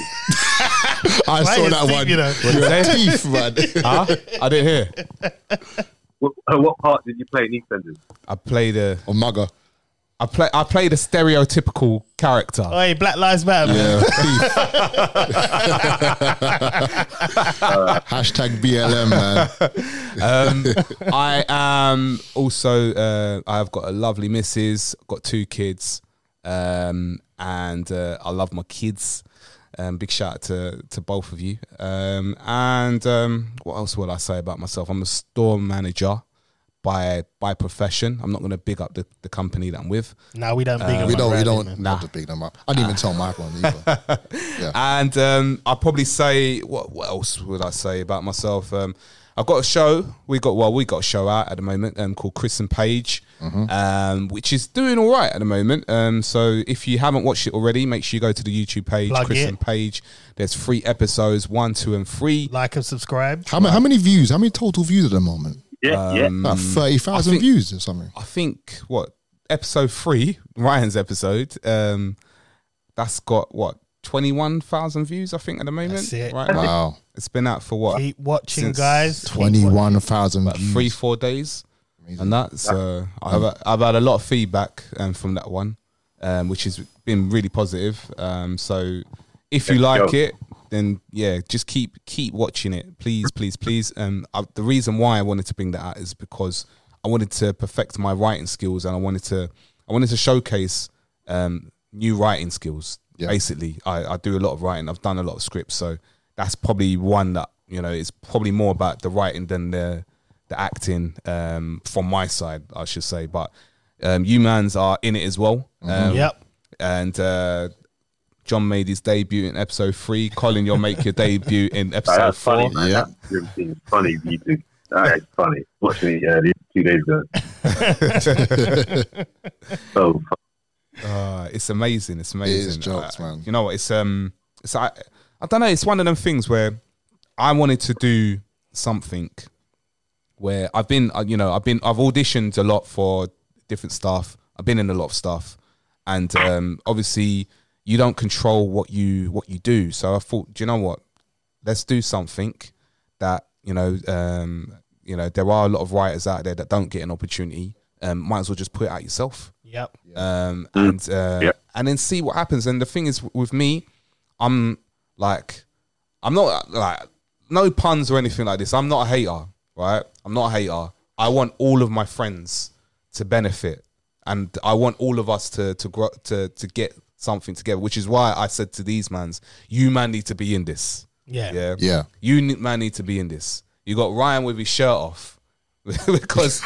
A: in?
D: I
C: Why
D: saw
C: is
D: that
C: it,
D: one.
C: you know?
B: What did you say?
D: Teeth, man.
B: Huh? I didn't hear.
A: What, uh, what part did you play in EastEnders?
B: I played a.
D: Or mugger.
B: I play. I played a stereotypical character.
C: Oh, hey, Black Lives Matter. man.
D: Yeah, thief. Hashtag BLM, man.
B: Um, I am also. Uh, I've got a lovely missus. Got two kids, um, and uh, I love my kids. Um, big shout out to to both of you. Um, and um, what else will I say about myself? I'm a store manager by by profession. I'm not going to big up the, the company that I'm with.
C: No, we don't. big
D: Uh, We don't, we don't
B: Nah.
D: have to pick them up. I didn't even tell Mike one either.
B: And um, I'll probably say what, what else would I say about myself? Um, I've got a show. We got well, we got a show out at the moment um, called Chris and Paige, um, which is doing all right at the moment. Um, so if you haven't watched it already, make sure you go to the YouTube page
C: Plug
B: Chris
C: it.
B: and Paige. There's three episodes, one, two, and three.
C: Like and subscribe.
D: How, ma- how many views? How many total views at the moment?
A: Yeah,
D: Um,
A: yeah.
D: About 30,000
B: Mm. think-
D: views or something.
B: I think what episode three, Ryan's episode, um, that's got what twenty one thousand views. I think at the moment.
C: That's it.
B: Right, Mike?
D: Wow.
B: it's been out for what
C: Keep watching,
B: Since
C: guys. Keep watching.
D: 21,000 views.
B: three four days and that's uh, I've, I've had a lot of feedback um, from that one um, which has been really positive um, so if you
A: Let's
B: like
A: go.
B: it then yeah just keep keep watching it please please please um, I, the reason why I wanted to bring that out is because I wanted to perfect my writing skills and I wanted to I wanted to showcase um, new writing skills
D: Yeah.
B: basically I, I do a lot of writing I've done a lot of scripts so that's probably one that you know it's probably more about the writing than the the acting um, from my side, I should say. But um, you mans are in it as well. Um,
C: Yep.
B: And uh, John made his debut in episode three. Colin, you'll make your debut in episode
A: That's funny,
B: four.
A: man.
D: Yeah.
A: That's really thing. funny, you two. All right, funny. Watch me uh, these two days ago. so funny.
B: Uh, it's amazing. It's amazing.
D: jokes,
B: Uh,
D: man.
B: You know what? It's um, it's I, I don't know. It's one of them things where I wanted to do something where I've been, uh, you know, I've been, I've auditioned a lot for different stuff. I've been in a lot of stuff, and um, obviously, you don't control what you what you do. So I thought, do you know what? Let's do something that you know, um, you know, there are a lot of writers out there that don't get an opportunity. Um, might as well just put it out yourself
C: Yep.
B: um, and uh,
A: Yeah.
B: and then see what happens. And the thing is, with me, I'm like, I'm not like no puns or anything like this. I'm not a hater, right? I'm not a hater. I want all of my friends to benefit, and I want all of us to to grow to to get something together. Which is why I said to these mans, you man need to be in this.
C: Yeah.
B: Yeah.
D: Yeah.
B: You ne- man need to be in this. You got Ryan with his shirt off. because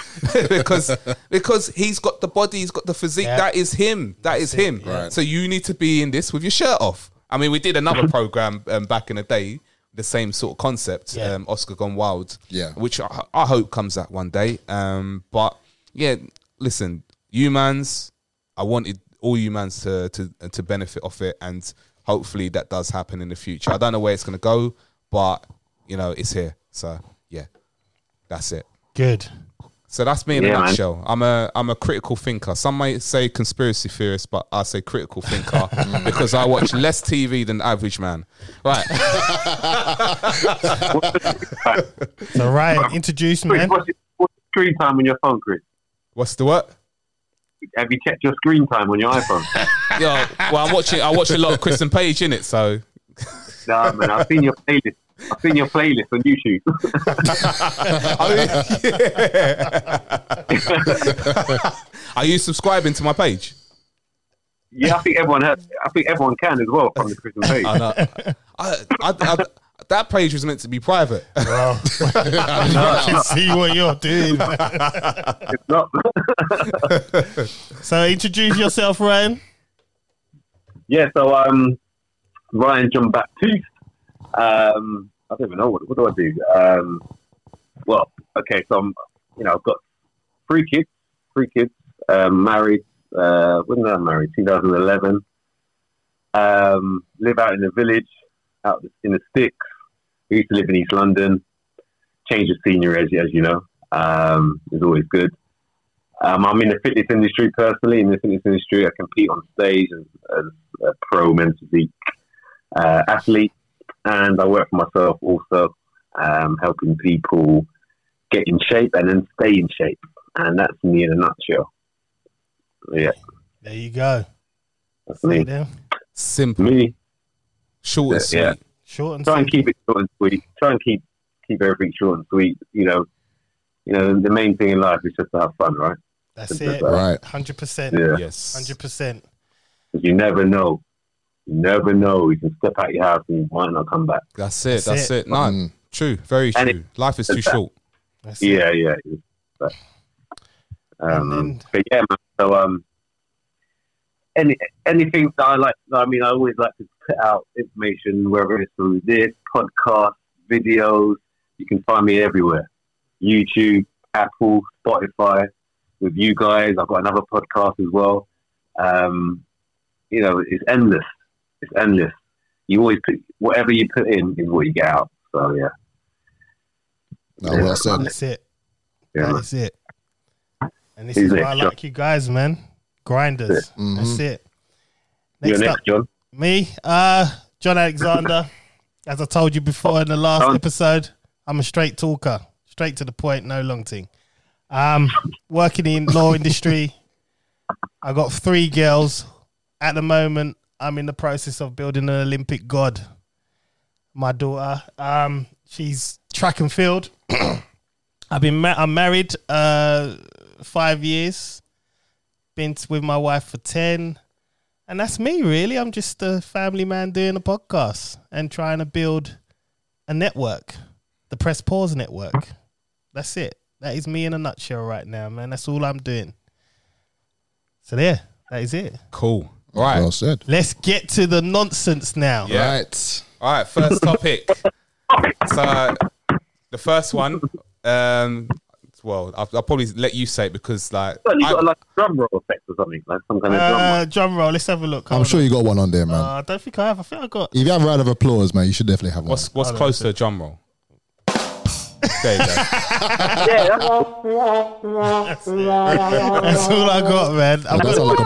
B: because because he's got the body, he's got the physique.
C: Yeah.
B: That is him. That is him. So you need to be in this with your shirt off. I mean, we did another program um, back in the day, the same sort of concept,
C: Yeah.
B: um, Oscar Gone Wild.
D: Yeah.
B: which I, I hope comes out one day. Um, but yeah, listen, you mans, I wanted all you mans to to to benefit off it, and hopefully that does happen in the future. I don't know where it's gonna go, but you know it's here. So yeah, that's it.
C: Good.
B: So that's me in
A: Yeah,
B: a
A: man.
B: nutshell. I'm a I'm a critical thinker. Some might say conspiracy theorist, but I say critical thinker because I watch less TV than the average man. Right.
C: So Ryan, introduce
A: Chris,
C: man.
A: what's, your, what's your screen time on your phone, Chris?
B: What's the what?
A: Have you checked your screen time on your iPhone?
B: Yo, well I'm watching I watch a lot of Chris and Paige in it, so
A: nah, man. I've seen your playlist. I've seen your playlist on YouTube.
B: I mean, Are you subscribing to my page?
A: yeah, I think everyone has. I think everyone can as well from the prison page.
B: I know. I, I, I, that page was meant to be private.
C: Bro. I can see what you're doing. man.
A: It's not.
C: So introduce yourself, Ryan.
A: yeah, so um, Ryan John Baptiste. Um, I don't even know what what do I do. Um, well, okay, so I'm, you know, I've got three kids, three kids, um, married, uh, when was I married? 2011. Um, live out in the village, out in the sticks. We used to live in East London. Change of scenery, as, as you know, um, is always good. Um, I'm in the fitness industry personally. In the fitness industry, I compete on stage as, as a pro men's physique uh, athlete, and I work for myself also, um, helping people get in shape and then stay in shape. And that's me in a nutshell. Yeah,
C: There you go.
A: that's
C: See
A: me.
C: them.
B: Simple,
A: Me,
B: short and sweet.
A: Yeah.
C: Short and
A: try and
C: sweet.
A: keep it short and sweet. Try and keep keep everything short and sweet. You know, you know, the main thing in life is just to have fun, right?
C: That's
A: simple as
C: it.
D: Right.
C: Hundred percent.
A: Yeah,
B: Yes.
C: Hundred percent.
A: 'Cause you never know. You never know. You can step out your house and you might not come back.
B: That's it.
C: That's
B: That's
C: it.
B: it. No,
D: Mm.
B: true. Very
A: And
B: true. Life is too short.
C: That's it.
A: Yeah, yeah. yeah. But, um,
C: And then-
A: but yeah, man, so um, any anything that I like, I mean, I always like to put out information, whether it's through this podcast, videos. You can find me everywhere: YouTube, Apple, Spotify. With you guys, I've got another podcast as well. Um, you know, it's endless. It's endless. You always put whatever you put in is what you get out. So yeah,
D: No, well said.
C: That's it.
A: yeah. man.
C: That is it. And this
A: Who's
C: is why I
A: next, John?
C: like you guys, man. Grinders.
D: Mm-hmm.
C: That's it.
A: You're
C: Next up,
A: next, John.
C: me, uh, John Alexander. As I told you before in the last
A: John.
C: episode, I'm a straight talker, straight to the point, no long thing. Um, working in law industry, I got three girls. At the moment, I'm in the process of building an Olympic god. My daughter, um, she's track and field. I've been ma- I'm married uh, five years. Been t- with my wife for ten. And that's me, really. I'm just a family man doing a podcast and trying to build a network, the Press Pause Network. That's it. That is me in a nutshell right now, man. That's all I'm doing. So there, that is it.
B: Cool. All right.
D: Well said.
C: Let's get to the nonsense now.
B: Yeah.
D: Right.
B: All right, first topic. so uh, the first one, um, well, I'll, I'll probably let you say it because like,
A: Well, you
B: I-
A: got like a drum roll effect or something, like some kind of drum roll.
C: Uh, drum roll. Let's have a look.
D: I'm
C: Hold
D: sure
C: on.
D: you got one on there, man.
C: Uh, I don't think I have. I think I got.
D: If you have a round of applause, man, you should definitely have one.
B: what's what's close to a drum roll? There you go.
A: Yeah, that's all.
C: That's all I got, man. I'm
D: That
C: gonna-
D: sounds like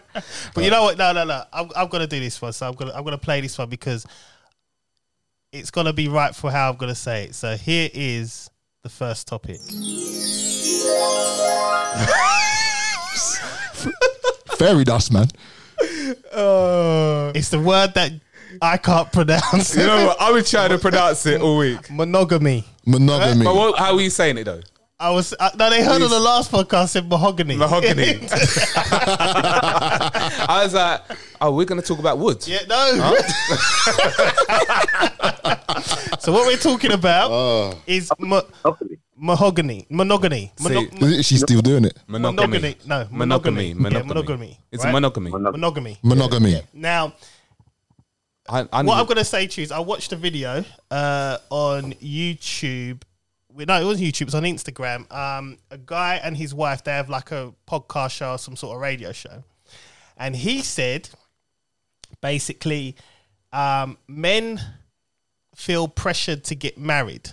D: a blooper.
C: But you know what? No, no, no. I'm, I'm gonna do this one. So I'm gonna I'm gonna play this one because it's gonna be right for how I'm gonna say it. So here is the first topic.
D: Fairy dust, man.
C: It's the word that I can't pronounce.
B: Uh. You know what? I was trying to pronounce it all week.
C: Monogamy.
D: Monogamy.
B: But what, how are you saying it though?
C: I was I, no. They heard on the last podcast said mahogany.
B: Mahogany. I was like, oh, we're gonna talk about wood.
C: yeah. No. so what we're talking about is ma-
A: Hopefully.
C: mahogany, monogamy, Mono-
B: Oh. See,
D: She's still doing it.
B: Monogamy.
C: monogamy. No,
B: Monogamy.
C: monogamy. Yeah,
B: Monogamy.
C: monogamy,
B: It's
C: right?
B: a monogamy.
A: Monog-
C: monogamy.
D: Monogamy.
C: Now,
B: I, I
C: what
B: need-
C: I'm going to say to you is I watched a video uh, on YouTube. We- No, it wasn't YouTube. It was on Instagram. Um, a guy and his wife, they have like a podcast show or some sort of radio show. And he said, basically, um, men feel pressured to get married,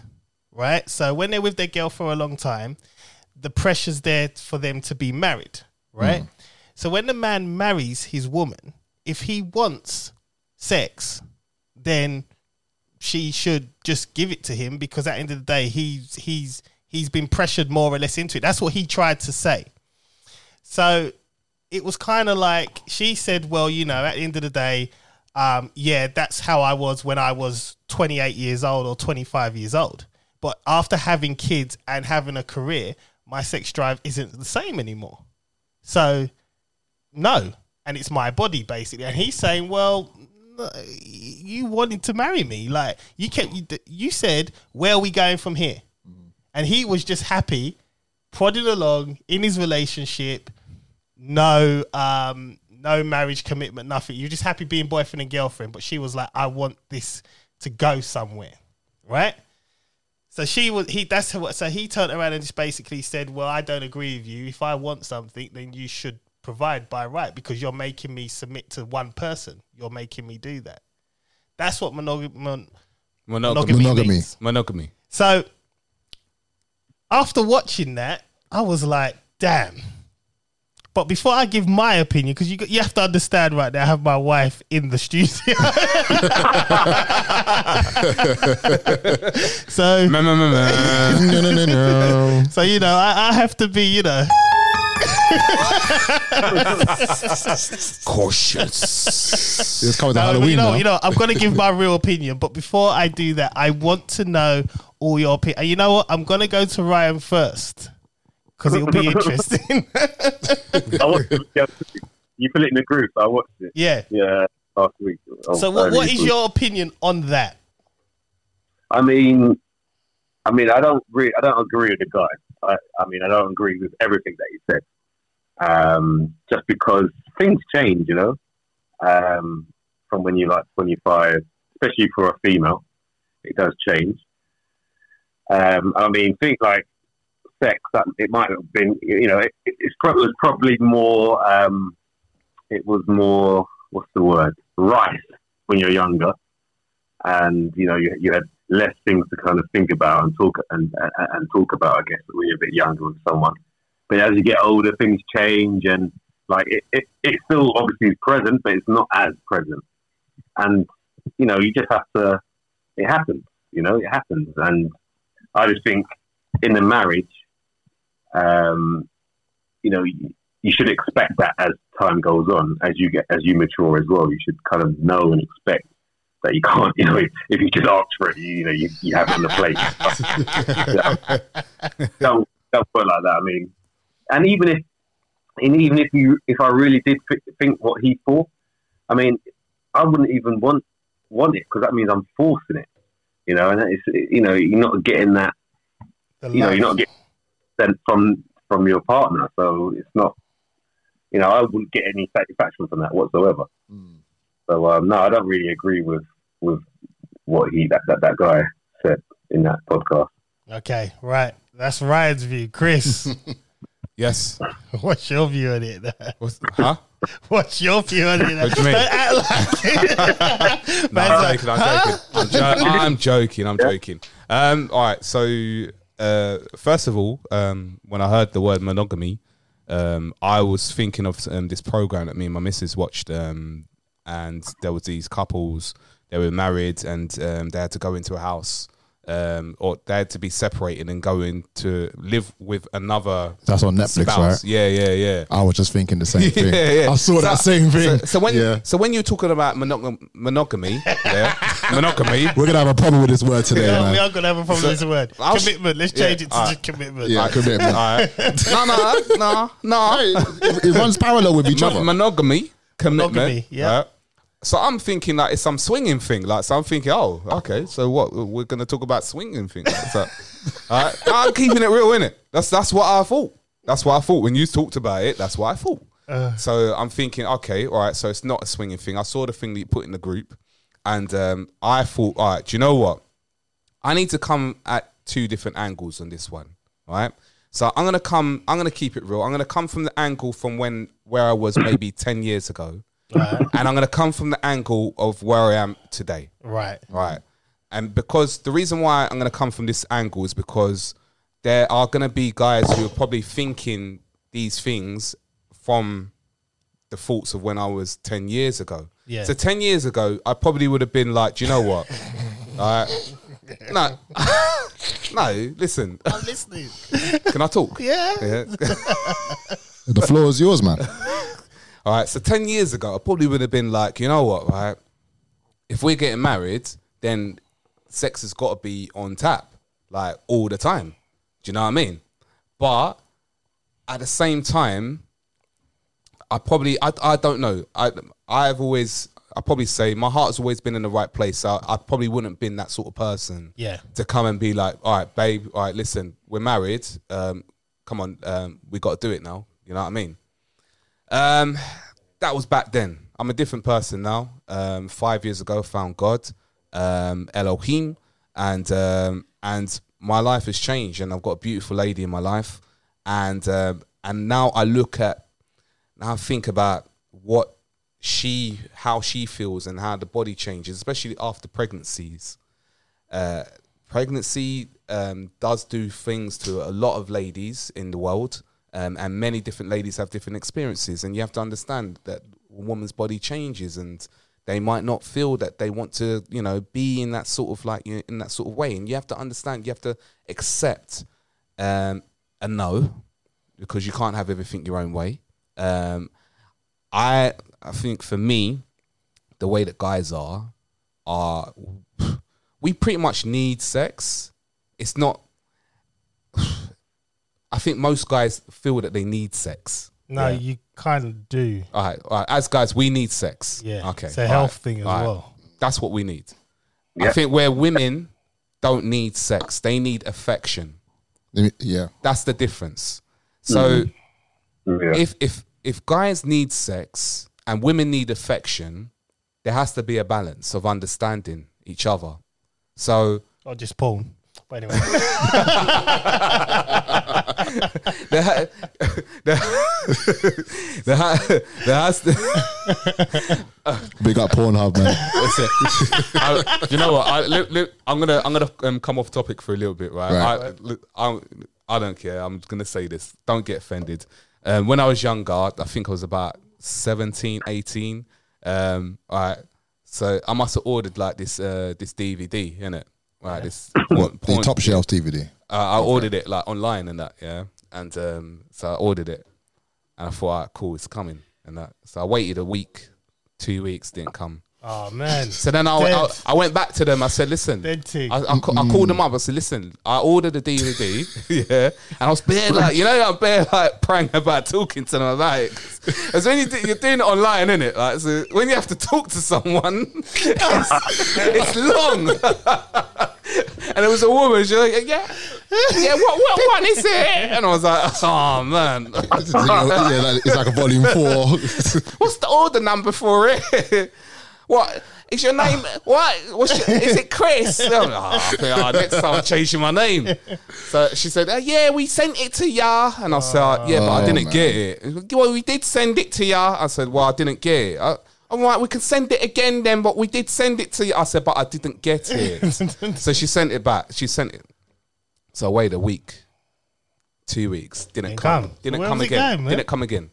C: right? So when they're with their girl for a long time, the pressure's there for them to be married, right? So when the man marries his woman, if he wants sex, then she should just give it to him because at the end of the day, he's he's he's been pressured more or less into it. That's what he tried to say. So it was kind of like she said, "Well, you know, at the end of the day, um, yeah, that's how I was when I was 28 years old or 25 years old. But after having kids and having a career, my sex drive isn't the same anymore. So, no, and it's my body basically." And he's saying, "Well." no, You wanted to marry me, like you kept. You, you said, "Where are we going from here?" And he was just happy, prodding along in his relationship, no um no marriage commitment nothing you're just happy being boyfriend and girlfriend but she was like i want this to go somewhere right? So she was he. That's what. So he turned around and just basically said, "Well, I don't agree with you. If I want something, then you should provide by right because you're making me submit to one person. You're making me do that. That's what monog- mon-
B: Monogamy.
C: monogamy,
D: Monogamy.
C: means.
B: Monogamy.
C: So after watching that, I was like, "Damn." But before I give my opinion, because you got- you have to understand right now, I have my wife in the studio. so
B: Ma- ma- ma- ma.
D: No, no, no, no.
C: So you know, I, I have to be, you know,
B: Cautious.
D: It's coming to
C: no, but
D: Halloween
C: you know,
D: now.
C: you know, I'm gonna give my real opinion. But before I do that, I want to know all your opinion. And you know what? I'm gonna go to Ryan first because it'll be interesting.
A: I watched it the other week. You put it in the group. I watched it.
C: yeah.
A: Yeah, last week. Oh,
C: So what,
A: early
C: what
A: this
C: is
A: week.
C: your opinion on that?
A: I mean, I mean, I don't re- I don't agree with the guy. I, I mean, I don't agree with everything that he said. Um, just because things change, you know, um, from when you're like 25, especially for a female, it does change. Um, I mean, things like sex that it might have been, you know, it, it's probably, it was probably more. Um, it was more. What's the word? Rife when you're younger, and you know you, you had less things to kind of think about and talk and and, and talk about. I guess when you're a bit younger with someone, but as you get older, things change and like it, it, it still obviously is present, but it's not as present. And you know, you just have to. It happens, you know, it happens. And I just think in the marriage, um, you know, you, you should expect that as time goes on, as you get as you mature as well. You should kind of know and expect that you can't, you know, if, if you just ask for it, you, you know, you, you have it on the plate. Yeah. don't, don't put it like that. I mean, and even if, and even if you, if I really did thi- think what he thought, I mean, I wouldn't even want want it because that means I'm forcing it, you know, and it's, you know, you're not getting that,
C: The
A: you know,
C: love.
A: you're not getting sent from from your partner, so it's not, you know, I wouldn't get any satisfaction from that whatsoever.
C: Hmm.
A: So um, no, I don't really agree with with what he that, that that guy said in that podcast.
C: Okay, right. That's Ryan's view. Chris,
B: Yes.
C: what's your view on it?
B: What's, huh?
C: What's your view on it?
B: What do you mean?
C: Don't act like it.
B: No,
C: Man's
B: I'm
C: like,
B: joking. I'm joking. I'm, jo- I'm joking. I'm joking. Um, all right. So, uh, first of all, um, when I heard the word monogamy, um, I was thinking of um, this program that me and my missus watched, um, and there was these couples. They were married, and um, they had to go into a house, um, or they had to be separated and go in to live with another
D: That's on Netflix,
B: spouse.
D: right?
B: Yeah, yeah, yeah.
D: I was just thinking the same thing.
B: Yeah, yeah.
D: I saw that
B: So-
D: same thing.
B: So, so when
D: yeah.
B: so when you're talking about monog- monogamy, yeah, monogamy,
D: We're gonna have a problem with this word today,
C: no,
D: man.
C: we are going to have a problem with the word.
B: I'll-
C: commitment. Let's
B: yeah,
C: change it to
B: all right.
C: just commitment.
D: yeah, commitment.
B: Alright. no, no, no, no.
D: it, it runs parallel with each
B: Mon-
D: other.
B: monogamy, commitment.
C: Monogamy, yeah.
B: right? So I'm thinking like it's some swinging thing. Like so I'm thinking, oh, okay. So what? We're gonna talk about swinging things. So, all right. I'm keeping it real, innit? That's that's what I thought. That's what I thought when you talked about it. That's what I thought.
C: Uh.
B: so I'm thinking, okay, all right. So it's not a swinging thing. I saw the thing that you put in the group, and um, I thought, all right. Do you know what? I need to come at two different angles on this one, all right? So I'm gonna come. I'm gonna keep it real. I'm gonna come from the angle from when where I was maybe ten years ago, and I'm gonna come from the angle of where I am today,
C: Right.
B: right? And because the reason why I'm gonna come from this angle is because there are gonna be guys who are probably thinking these things from the thoughts of when I was ten years ago.
C: Yeah.
B: So ten years ago, I probably would have been like, Do you know what? all right. No. no, listen.
C: I'm listening.
B: Can I talk?
C: Yeah.
B: Yeah.
D: The floor is yours, man.
B: All right. So 10 years ago, I probably would have been like, you know what, right? If we're getting married, then sex has got to be on tap, like all the time. Do you know what I mean? But at the same time, I probably, I, I don't know. I, I've always, I probably say my heart's always been in the right place. So I, I probably wouldn't have been that sort of person.
C: Yeah.
B: to come and be like, all right, babe, all right, listen, we're married. Um, come on, um, we got to do it now. You know what I mean? Um, that was back then. I'm a different person now. Um, five years ago, found God, um, Elohim, and um, and my life has changed, and I've got a beautiful lady in my life, and um, and now I look at now I think about what she how she feels and how the body changes, especially after pregnancies. Uh, pregnancy um, does do things to a lot of ladies in the world, um, and many different ladies have different experiences, and you have to understand that a woman's body changes and. They might not feel that they want to, you know, be in that sort of like you know, in that sort of way, and you have to understand. You have to accept um, a no because you can't have everything your own way. Um, I I think for me, the way that guys are are we pretty much need sex. It's not. I think most guys feel that they need sex.
C: No,
B: Yeah.
C: you kind of do.
B: All right, all right. As guys, we need sex.
C: Yeah.
B: Okay.
C: It's a
B: all
C: health
B: right,
C: thing as
B: all right.
C: well.
B: That's what we need. I
A: Yeah.
B: think where women don't need sex, they need affection.
D: Let me- Yeah.
B: That's the difference. So
A: Yeah.
B: if if if guys need sex and women need affection, there has to be a balance of understanding each other. So
C: Not just porn. But anyway,
B: there, ha- there, there, ha- there has to.
D: Big up Pornhub, man.
B: That's it. I, you know what? I, li, li, I'm gonna I'm gonna um, come off topic for a little bit, right?
D: Right.
B: I, li, I I don't care. I'm just gonna say this. Don't get offended. Um, when I was younger, I think I was about 17, 18. Um, all right. So I must have ordered like this uh, this DVD, innit? Right. This porn-
D: What? The
B: porn-
D: top shelf DVD.
B: uh, I ordered it like online and that, yeah. And um, so I ordered it, and I thought, all right, cool, it's coming and that. So I waited a week, two weeks, didn't come.
C: oh man,
B: So then I, I,
C: Dead.
B: I went back to them. I said, listen, I,
C: Dead thing.
B: I, ca- I called them up. I said, listen, I ordered a DVD, yeah, and I was bare like, you know, I'm bare like prang about talking to them about it. Because when you do, you're doing it online, isn't it? Like, so when you have to talk to someone, it's, it's long. and it was a woman. She was like, yeah, yeah, what, what one is it? And I was like, oh man,
D: yeah, like, it's like a volume four.
B: what's the order number for it? what is your name? What What's your, is it, Chris? I'm like, "Oh, okay, oh, next time I'm changing my name. So she said, oh, "Yeah, we sent it to ya," and I said, "Uh, "Yeah, but I
D: Oh,
B: didn't
D: man.
B: get it." Well, we did send it to ya. I said, "Well, I didn't get it." I, all right, we can send it again then, but we did send it to you. I said, but I didn't get it. so she sent it back. She sent it. So I waited a week, two weeks, didn't
C: Didn't
B: come,
C: come.
B: didn't
C: Where
B: come
C: was it
B: again,
C: going, man?
B: didn't come again.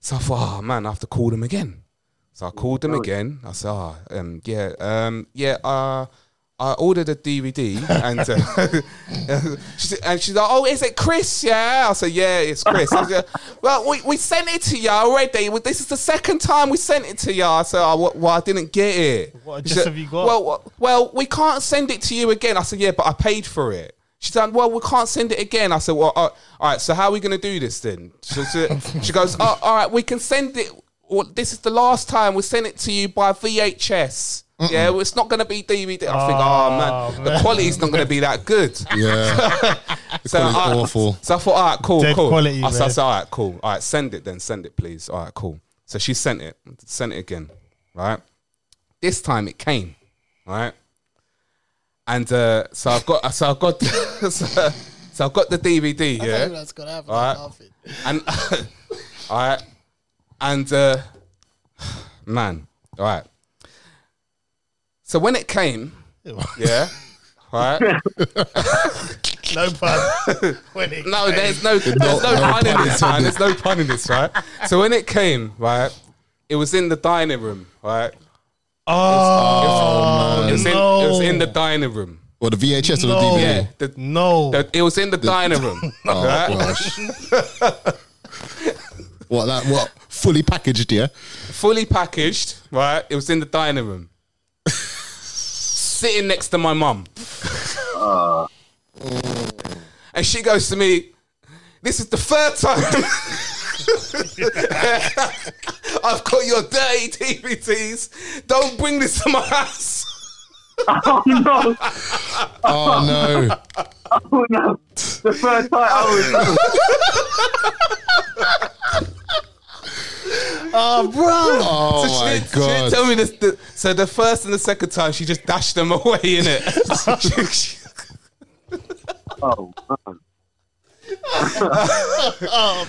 B: So I thought, oh man, I have to call them again. So I called them again. I said, oh, um, yeah, um, yeah, uh, I ordered a DVD and uh, she said, and she's like, oh, is it Chris? Yeah. I said, yeah, it's Chris. I said, well, we, we sent it to you already. Well, This is the second time we sent it to you. I said, oh, well, well, I didn't get it.
C: What
B: She
C: address have you got?
B: Well, well, well, we can't send it to you again. I said, yeah, but I paid for it. She said, well, we can't send it again. I said, well, uh, all right, so how are we going to do this then? So, so- she goes, oh, all right, we can send it. Well, this is the last time we send it to you by VHS. Yeah, well, it's not going to be DVD. I think, oh, man,
C: Oh,
B: the
C: man.
B: quality's not going to be that good.
D: yeah.
B: So,
D: quality's
B: I-
D: awful.
B: So I thought, all right, cool,
C: Dead
B: cool.
C: quality,
B: I, said, I
C: man.
B: said, all right, cool. All right, send it then, send it, please. All right, cool. So she sent it, sent it again, right? This time it came, right? And uh, so I've got, so I've got, so, so I've got the DVD, yeah.
C: that's gonna happen.
B: Alright. And all right, and uh, man, all right. So when it came, yeah, all right.
C: No pun. When it-
B: No, there's no, there's no, pun in this, man. There's no pun in this, right? So when it came, right, it was in the dining room, right?
C: Oh,
B: It was, in,
C: no.
B: it was in the dining room.
D: Or the VHS or the
C: No.
D: DVD.
B: Yeah, the,
C: no.
B: the- it was in the dining room.
D: Oh
B: right?
D: gosh. what that? What fully packaged? Yeah.
B: fully packaged, right? It was in the dining room, sitting next to my mum. And she goes to me, This is the third time I've got your dirty DVDs. Don't bring this to my house.
A: oh no!
D: Oh no.
A: Oh no! The first time I was.
C: Oh, bro.
D: Oh
B: so
D: my
B: she, she
D: god!
B: tell me this. The, so the first and the second time, she just dashed them away in it.
A: Oh, man.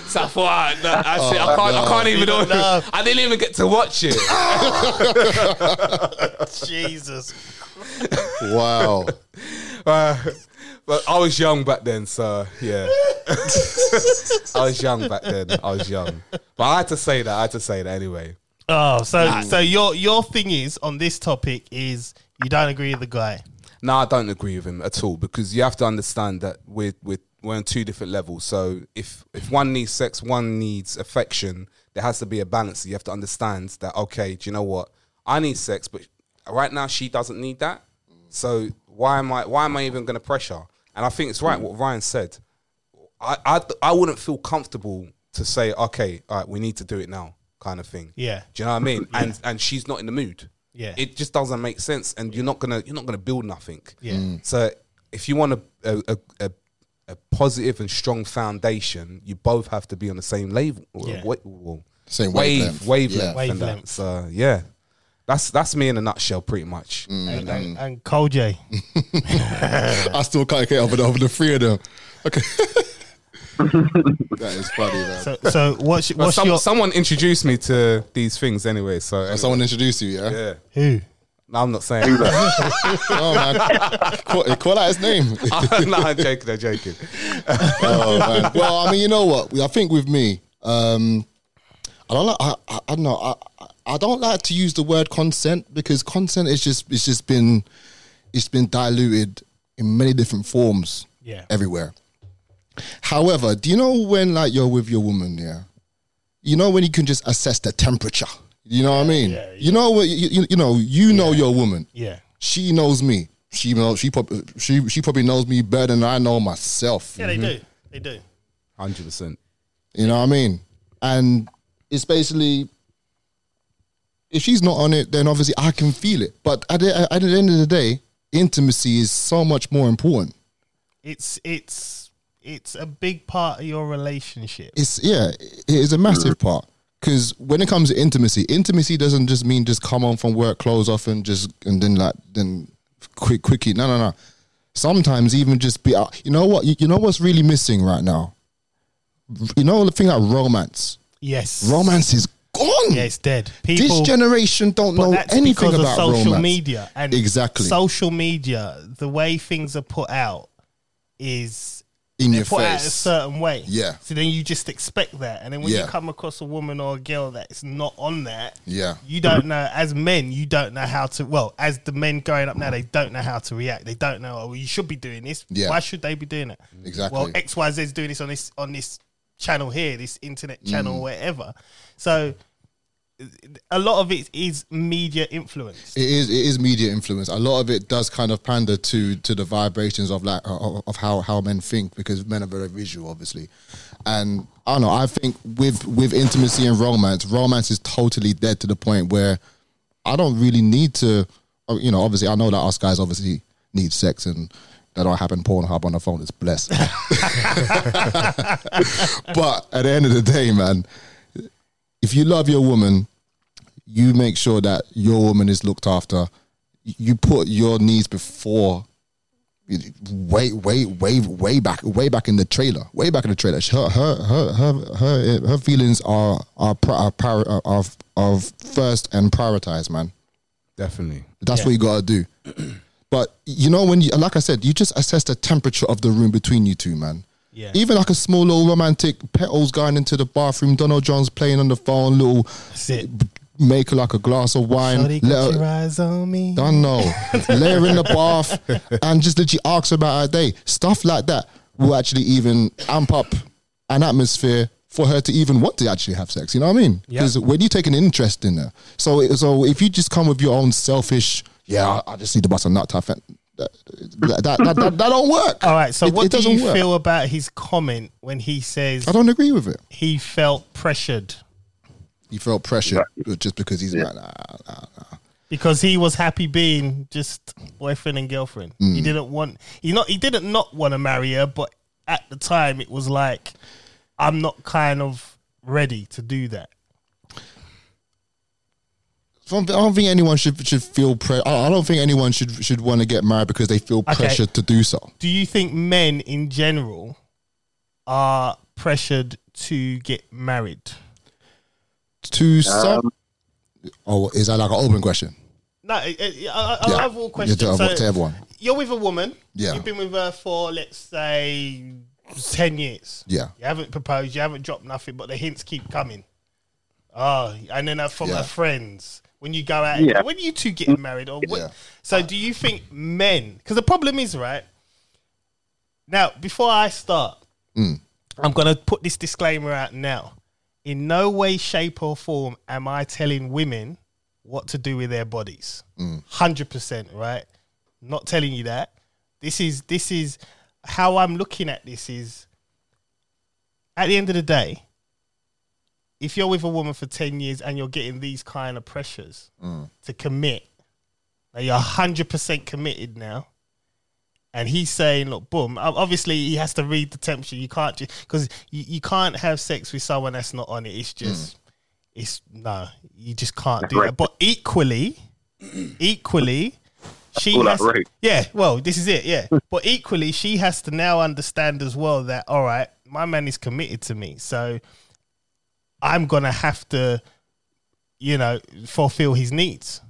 B: Safwan, no, that's
D: Oh,
B: it. "Ah, I can't. I can't even.
C: know.
B: I didn't even get to watch it.
C: Jesus.
D: wow.
B: Uh, but I was young back then, so yeah. I was young back then. I was young, but I had to say that. I had to say that anyway.
C: Oh, so so your your thing is on this topic is you don't agree with the guy.
B: No, I don't agree with him at all because you have to understand that we're we're, we're on two different levels. So if if one needs sex, one needs affection. There has to be a balance. You have to understand that. Okay, do you know what? I need sex, but right now she doesn't need that. So why am I why am I even going to pressure? And I think it's right what Ryan said. I, I I wouldn't feel comfortable to say okay, all right, we need to do it now, kind of thing.
C: Yeah.
B: Do you know what I mean? And and she's not in the mood.
C: Yeah.
B: It just doesn't make sense, and you're not gonna you're not gonna build nothing.
C: Yeah. Mm.
B: So if you want a a, a, a a positive and strong foundation, you both have to be on the same level. Or
C: Yeah.
B: wa- or
D: Same
B: wave, wavelength,
D: wavelength. Yeah.
B: and that.
C: Wavelength.
B: So yeah, that's that's me in a nutshell, pretty much.
C: And, and, and Cole J.
D: I still can't get over the, over the three of them. Okay. that is funny, man.
C: So so what's
B: But
C: what's
B: some-
C: your
B: someone introduced me to these things anyway. So anyway,
D: Someone introduced you, yeah?
B: yeah,
C: who?
B: no, I'm not saying.
D: Oh, man. call, call out his name.
B: no, I'm joking. I'm joking.
D: Oh, man. Well, I mean, you know what? I think with me, um, I don't like. I, I, I don't know. I, I- I don't like to use the word consent because consent is just it's just been it's been diluted in many different forms.
C: Yeah.
D: Everywhere. However, do you know when like you're with your woman, yeah? You know when you can just assess the temperature. You know what I mean?
C: yeah, yeah.
D: You know what you, you, you know you know your woman
C: Yeah.
D: she knows me. She knows she probably she she probably knows me better than I know myself.
B: Mm-hmm.
C: Yeah, they do. They do.
B: Hundred percent.
D: You know what I mean? And it's basically if she's not on it, then obviously I can feel it. But at the, at the end of the day, intimacy is so much more important.
C: It's it's it's a big part of your relationship.
D: It's yeah, it is a massive part. Because when it comes to intimacy, intimacy doesn't just mean just come on from work, clothes off, and just and then like then quick quickie. No, no, no. Sometimes even just be out. You know what? You, you know what's really missing right now. You know the thing like romance.
C: Yes.
D: Romance is gone.
C: Yeah, it's dead. People
D: this generation don't
C: But
D: know
C: that's
D: anything
C: because
D: about
C: of social
D: romance.
C: media and
D: Exactly.
C: social media the way things are put out is
D: in your
C: put out a
D: face.
C: certain way
D: Yeah.
C: so then you just expect that and then when you
D: Yeah.
C: come across a woman or a girl that's not on that
D: Yeah.
C: you don't know as men you don't know how to well as the men growing up now they don't know how to react they don't know oh you should be doing this
D: Yeah.
C: why should they be doing it
D: Exactly.
C: well xyz is doing this on this on this channel here this internet
D: Mm.
C: channel whatever so a lot of it is media influence
D: It is it is media influence. A lot of it does kind of pander to to the vibrations of like of of how how men think because men are very visual, obviously. And I don't know. I think with with intimacy and romance, romance is totally dead to the point where I don't really need to. oh, You know, obviously, I know that us guys obviously need sex and. That don't happen. Pornhub on the phone is blessed. but at the end of the day, man, if you love your woman, you make sure that your woman is looked after. You put your needs before way, way, way, way back, way back in the trailer, way back in the trailer. Her, her, her, her, her, her feelings are are pri- are, pri- are, are, are first and prioritized, man.
B: Definitely.
D: That's what you gotta do. But you know when you like I said, you just assess the temperature of the room between you two, man.
C: Yeah.
D: Even like a small little romantic petals going into the bathroom, Donald John's playing on the phone, little
C: that's it
D: make her like a glass of wine.
C: Shorty,
D: let
C: got
D: her,
C: your eyes on me.
D: don't know. Lay her in the bath and just literally ask her about her day. Stuff like that will actually even amp up an atmosphere for her to even want to actually have sex. You know what I mean? Because when you take an interest in her, so so if you just come with your own selfish, yeah, I I just need to bust a nut type. That, that, that, that, that don't work.
C: All right. So,
D: It-
C: what
D: it
C: do
D: doesn't
C: you
D: work.
C: feel about his comment when he says
D: I don't agree with it.
C: he felt pressured
D: He felt pressure just because he's like, nah, nah, nah.
C: because he was happy being just boyfriend and girlfriend?
D: Mm.
C: He didn't want. He not. He didn't not want to marry her, but at the time, it was like, I'm not kind of ready to do that.
D: I don't think anyone should should feel pre- I I don't think anyone should should want to get married because they feel
C: Okay.
D: pressured to do so.
C: Do you think men in general are pressured to get married?
D: To some, oh, is that like an open question?
C: No, eh, I, I, I, I have all questions.
D: Yeah, to,
C: So
D: to everyone.
C: you're with a woman.
D: Yeah.
C: You've been with her for let's say ten years.
D: Yeah.
C: You haven't proposed. You haven't dropped nothing, but the hints keep coming. Oh, and then uh, from
D: Yeah.
C: her friends when you go out.
A: Yeah.
C: When you two getting married, or what?
D: Yeah.
C: So do you think men? Because the problem is right now. Before I start, I'm gonna put this disclaimer out now. In no way, shape, or form am I telling women what to do with their bodies. Hundred percent, right? Not telling you that. This is this is how I'm looking at this is at the end of the day, if you're with a woman for ten years and you're getting these kind of pressures to commit, now you're hundred percent committed now. And he's saying, look, boom. ob- Obviously, he has to read the temperature. You can't just because you, you can't have sex with someone that's not on it. It's just, it's no, you just can't do that. But equally, equally, she
A: All
C: has,
A: that route.
C: yeah. Well, this is it, yeah. but equally, she has to now understand as well that all right, my man is committed to me, so I'm gonna have to, you know, fulfill his needs.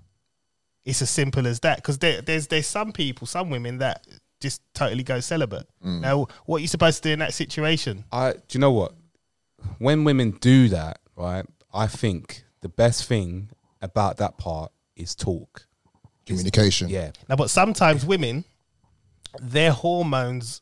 C: It's as simple as that. Because there, there's there's some people, some women that just totally go celibate. Now, what are you supposed to do in that situation?
B: I do you know what? When women do that, right? I think the best thing about that part is talk.
D: Communication.
B: Yeah,
C: Now, but sometimes women, their hormones,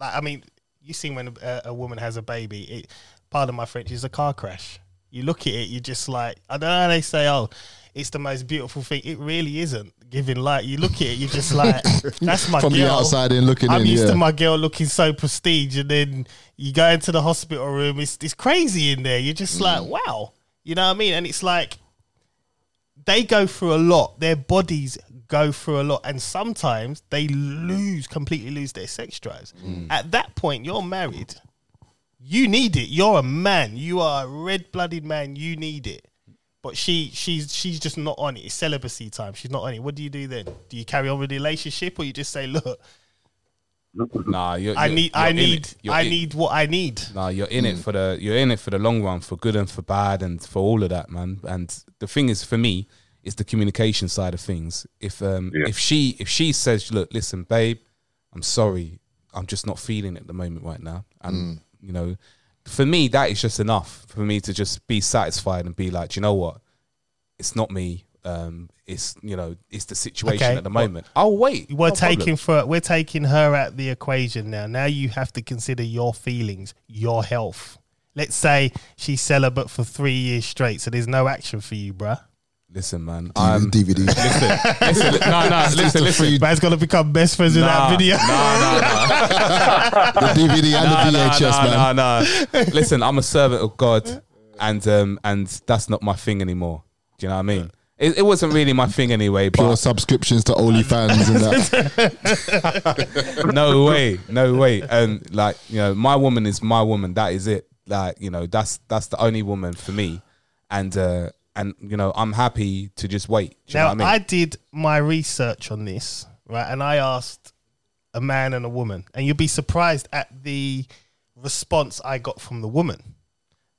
C: like I mean, you seen when a, a woman has a baby. It, pardon my French, is a car crash. You look at it, you just like I don't know. how They say, oh. It's the most beautiful thing. It really isn't giving light. You look at it, you're just like, that's my
D: From the
C: girl.
D: outside in looking
C: I'm
D: in,
C: used
D: yeah.
C: to my girl looking so prestige, and then you go into the hospital room. It's it's crazy in there. You're just like,
D: Mm.
C: wow, you know what I mean? And it's like they go through a lot. Their bodies go through a lot, and sometimes they lose completely lose their sex drives.
D: Mm.
C: At that point, you're married. You need it. You're a man. You are a red blooded man. You need it. But she she's she's just not on it. It's celibacy time. She's not on it. What do you do then? Do you carry on with the relationship or you just say, look,
B: nah. You're,
C: I
B: you're-
C: need I
B: you're in
C: need
B: it. You're
C: I
B: in-
C: need what I need.
B: Nah, you're in it for the you're in it for the long run, for good and for bad, and for all of that, man. And the thing is, for me, is the communication side of things. If um
A: Yeah.
B: if she if she says, look, listen, babe, I'm sorry, I'm just not feeling it at the moment right now, and you know, for me, that is just enough for me to just be satisfied and be like, "Do you know what, it's not me. Um, it's you know, it's the situation
C: Okay.
B: at the moment. I'll wait.
C: We're
B: no problem."
C: taking for we're taking her out the equation now. Now you have to consider your feelings, your health. Let's say she's celibate for three years straight, so there's no action for you, bruh.
B: Listen, man.
D: Um,
B: I'm
D: DVDs.
B: listen. No, no. Listen, listen.
D: Free-
C: Man's gonna become best friends in
B: Nah,
C: that video.
B: Nah, nah, nah.
D: the DVD and the VHS, man.
B: nah, nah, nah. Listen, I'm a servant of God, and um, and that's not my thing anymore. Do you know what I mean? It, it wasn't really my thing anyway.
D: Pure
B: But
D: subscriptions to OnlyFans and that.
B: no way, no way. And like you know, my woman is my woman. That is it. Like you know, that's that's the only woman for me. And uh, and you know, I'm happy to just wait. Do you
C: now
B: know what I
C: I
B: mean?
C: did my research on this, right, and I asked a man and a woman, and you'd be surprised at the response I got from the woman.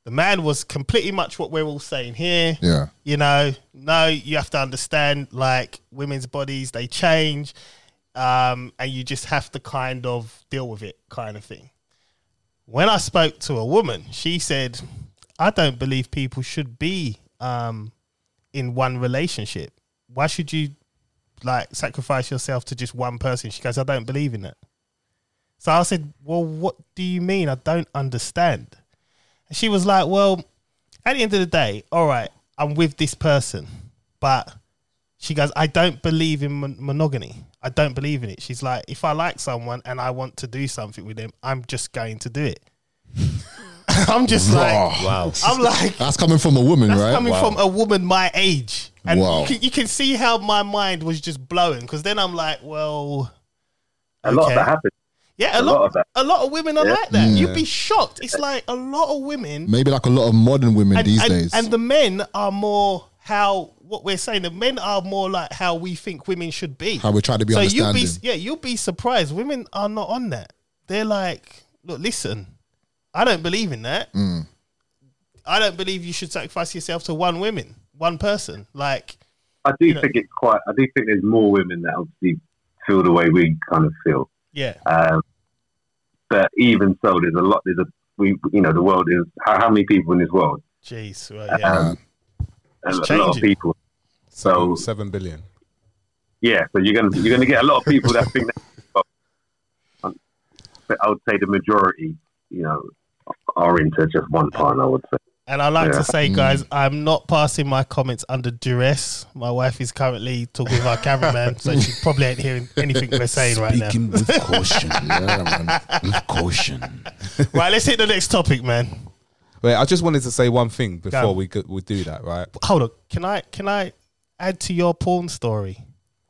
C: The man was completely much what we're all saying here.
D: Yeah.
C: you know no you have to understand like women's bodies they change um, and you just have to kind of deal with it kind of thing when i spoke to a woman she said i don't believe people should be um, in one relationship why should you like sacrifice yourself to just one person she goes i don't believe in that so i said well what do you mean i don't understand and she was like well at the end of the day, all right, I'm with this person, but she goes, I don't believe in mon- monogamy. I don't believe in it. She's like, if I like someone and I want to do something with them, I'm just going to do it. I'm just like,
D: wow.
C: I'm like,
D: That's coming from a woman, right?
C: coming
D: Wow.
C: from a woman my age. And
D: Wow.
C: you, can, you can see how my mind was just blowing because then I'm like, well,
A: A lot
C: Okay.
A: of that happens.
C: yeah,
A: A
C: a, lot,
A: lot of that.
C: a lot of women are
A: Yeah.
C: like that. You'd be shocked. It's like a lot of women
D: Maybe like a lot of modern women
C: and,
D: these
C: and,
D: days.
C: and the men are more how what we're saying. The men are more like how we think women should be.
D: How we try to be
C: so you'll
D: understanding.
C: be yeah, you'll be surprised. Women are not on that. They're like, look, listen, I don't believe in that.
D: Mm.
C: I don't believe you should sacrifice yourself to one woman, one person. Like,
A: I do
C: You know-
A: think it's quite. I do think there's more women that obviously feel the way we kind of feel.
C: yeah,
A: Um, but even so, there's a lot. There's a we. You know, the world is how, how many people in this world?
C: jeez, well, yeah.
A: Um, a,
C: It's
A: a lot of
C: changing.
A: people. So-
B: seven billion.
A: Yeah, so you're gonna you're gonna get a lot of people that think that. um, But I would say the majority, you know, are into just one partner. I would say.
C: And I like
A: Yeah.
C: to
D: Mm.
C: say, guys, I'm not passing my comments under duress. My wife is currently talking with our cameraman, so she probably ain't hearing anything we're saying right now.
B: with caution.
D: Yeah, man.
B: With caution.
C: Right, let's hit the next topic, man.
B: Wait, I just wanted to say one thing before
C: Go.
B: we go, we do that. Right,
C: Hold on, can I can I add to your porn story?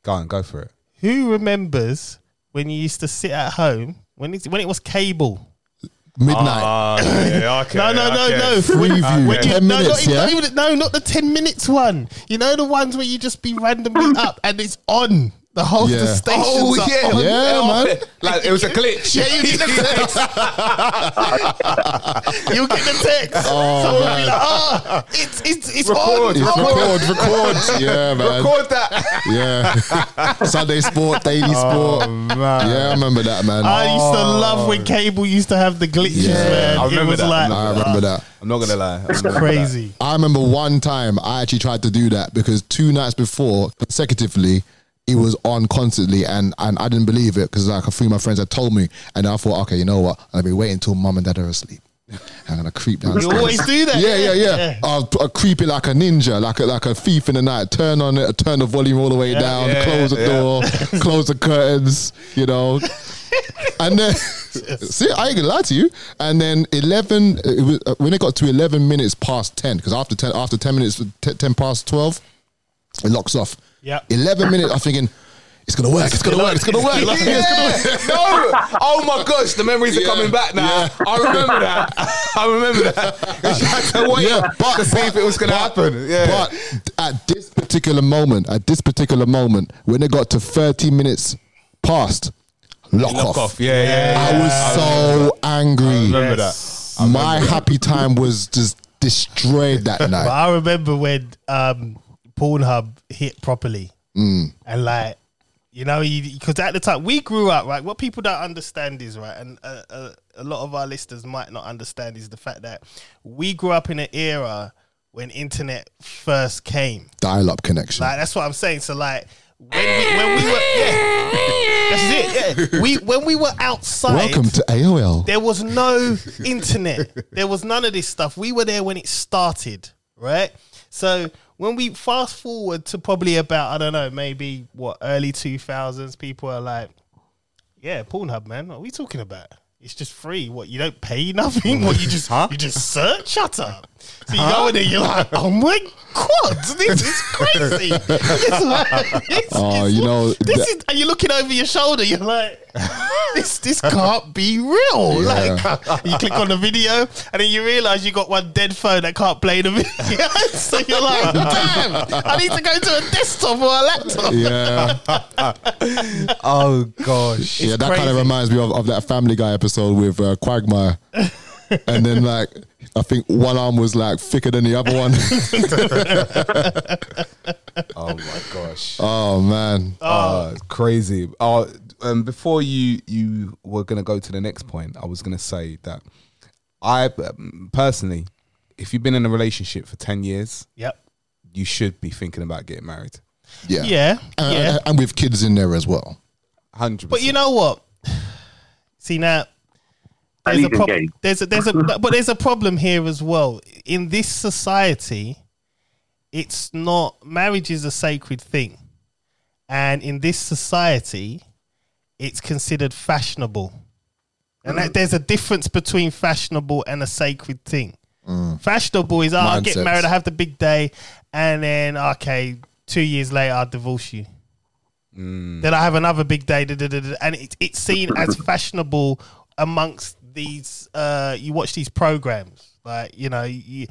B: go on, go for it.
C: Who remembers when you used to sit at home when it, when it was cable?
D: Midnight.
B: Uh,
E: Ah, yeah, okay,
C: No, no, no,
E: okay.
C: no.
D: Preview,
C: When you-
D: 10
C: no,
D: minutes,
C: not, not
D: yeah?
C: even- no, not the ten minutes one. You know the ones where you just be randomly up and it's on the whole of the
D: Yeah.
C: station.
E: Oh,
D: on. Yeah, man.
B: Like it was a glitch.
C: Yeah, you get the text. you get the text. Someone will be like, ah, it's it's it's
B: Record,
C: on.
D: It's
C: Oh,
D: record, record. Yeah, man.
B: Record that.
D: Yeah. Sunday sport, daily sport. Yeah, I remember that, man.
C: I used to love when cable used to have the glitches,
D: Oh. Yeah.
C: man.
B: I remember
C: it was
B: that.
C: like
D: I remember that.
B: I'm not gonna lie. I'm not
C: ah,
B: gonna lie.
C: crazy.
D: I remember one time I actually tried to do that because two nights before consecutively it was on constantly and, and I didn't believe it because like a few of my friends had told me and I thought okay you know what I'll be waiting until mum and dad are asleep I'm gonna creep down
C: You always do that.
D: yeah yeah yeah, I'll, I'll creep it like a ninja like a, like a thief in the night turn on it turn the volume all the way down
B: yeah,
D: close the
B: yeah.
D: door close the curtains you know and then see, I ain't gonna lie to you. And then eleven, it was, uh, when it got to eleven minutes past ten, because after ten, after ten minutes, t- ten past twelve, it locks off.
C: Yep.
D: eleven minutes. I'm thinking it's gonna work. It's gonna work. It's gonna work.
B: Yeah,
D: it's gonna work.
B: no! Oh my gosh, the memories are coming back now. I remember that. I remember that. You had to wait
D: Yeah, but-
B: to see if it was going to happen. Yeah.
D: But at this particular moment, at this particular moment, when it got to thirty minutes past, lock,
B: Knock
D: off.
B: off. Yeah, yeah. yeah.
D: I was so angry.
B: remember that. I
D: My happy time was just destroyed that
C: But
D: night.
C: I remember when um, Pornhub hit properly, and like you know, because at the time we grew up, right? What people don't understand is right, and uh, uh, a lot of our listeners might not understand is the fact that we grew up in an era when internet first came.
D: Dial up connection.
C: Like that's what I'm saying. So like when we, when we were yeah, that's it. Yeah. We when we were outside.
D: Welcome to AOL.
C: There was no internet. There was none of this stuff. We were there when it started, right? So when we fast forward to probably about I don't know, maybe what early two thousands, people are like, "Yeah, Pornhub, man. What are we talking about? It's just free. What you don't pay nothing. What you just you just search. Shut up." So you go in there, you're like, "Oh my god, this is crazy." It's like, it's-
D: Oh,
C: it's-
D: you know,
C: this
D: that-
C: is, and you're looking over your shoulder. You're like, this this can't be real. Like you click on the video, and then you realize you got one dead phone that can't play the video. so you're like, damn, I need to go to a desktop or a laptop.
D: Yeah,
B: Oh gosh.
D: yeah, that kind of
C: crazy.
D: reminds me of, of that Family Guy episode with uh, Quagmire, and then like I think one arm was like thicker than the other one.
B: Oh my gosh.
D: oh man,
B: Uh, crazy. Uh, um, before you you were gonna go to the next point, I was gonna say that I um, personally, if you've been in a relationship for ten years,
C: Yep.
B: you should be thinking about getting married.
D: yeah,
C: Yeah.
D: and,
C: yeah.
D: and- and with kids in there as well.
B: Hundred.
C: But you know what? See now,
A: At
C: there's a
A: least
C: problem.
A: engaged.
C: There's a there's a but there's a problem here as well. In this society, it's not marriage is a sacred thing, and in this society, it's considered fashionable. And that, there's a difference between fashionable and a sacred thing. Fashionable is oh, I get
D: Mindsets.
C: married, I have the big day, and then okay, two years later I'll divorce you then I have another big day, da, da, da, da, and it, it's seen as fashionable amongst these. Uh, you watch these programs, like you know, you,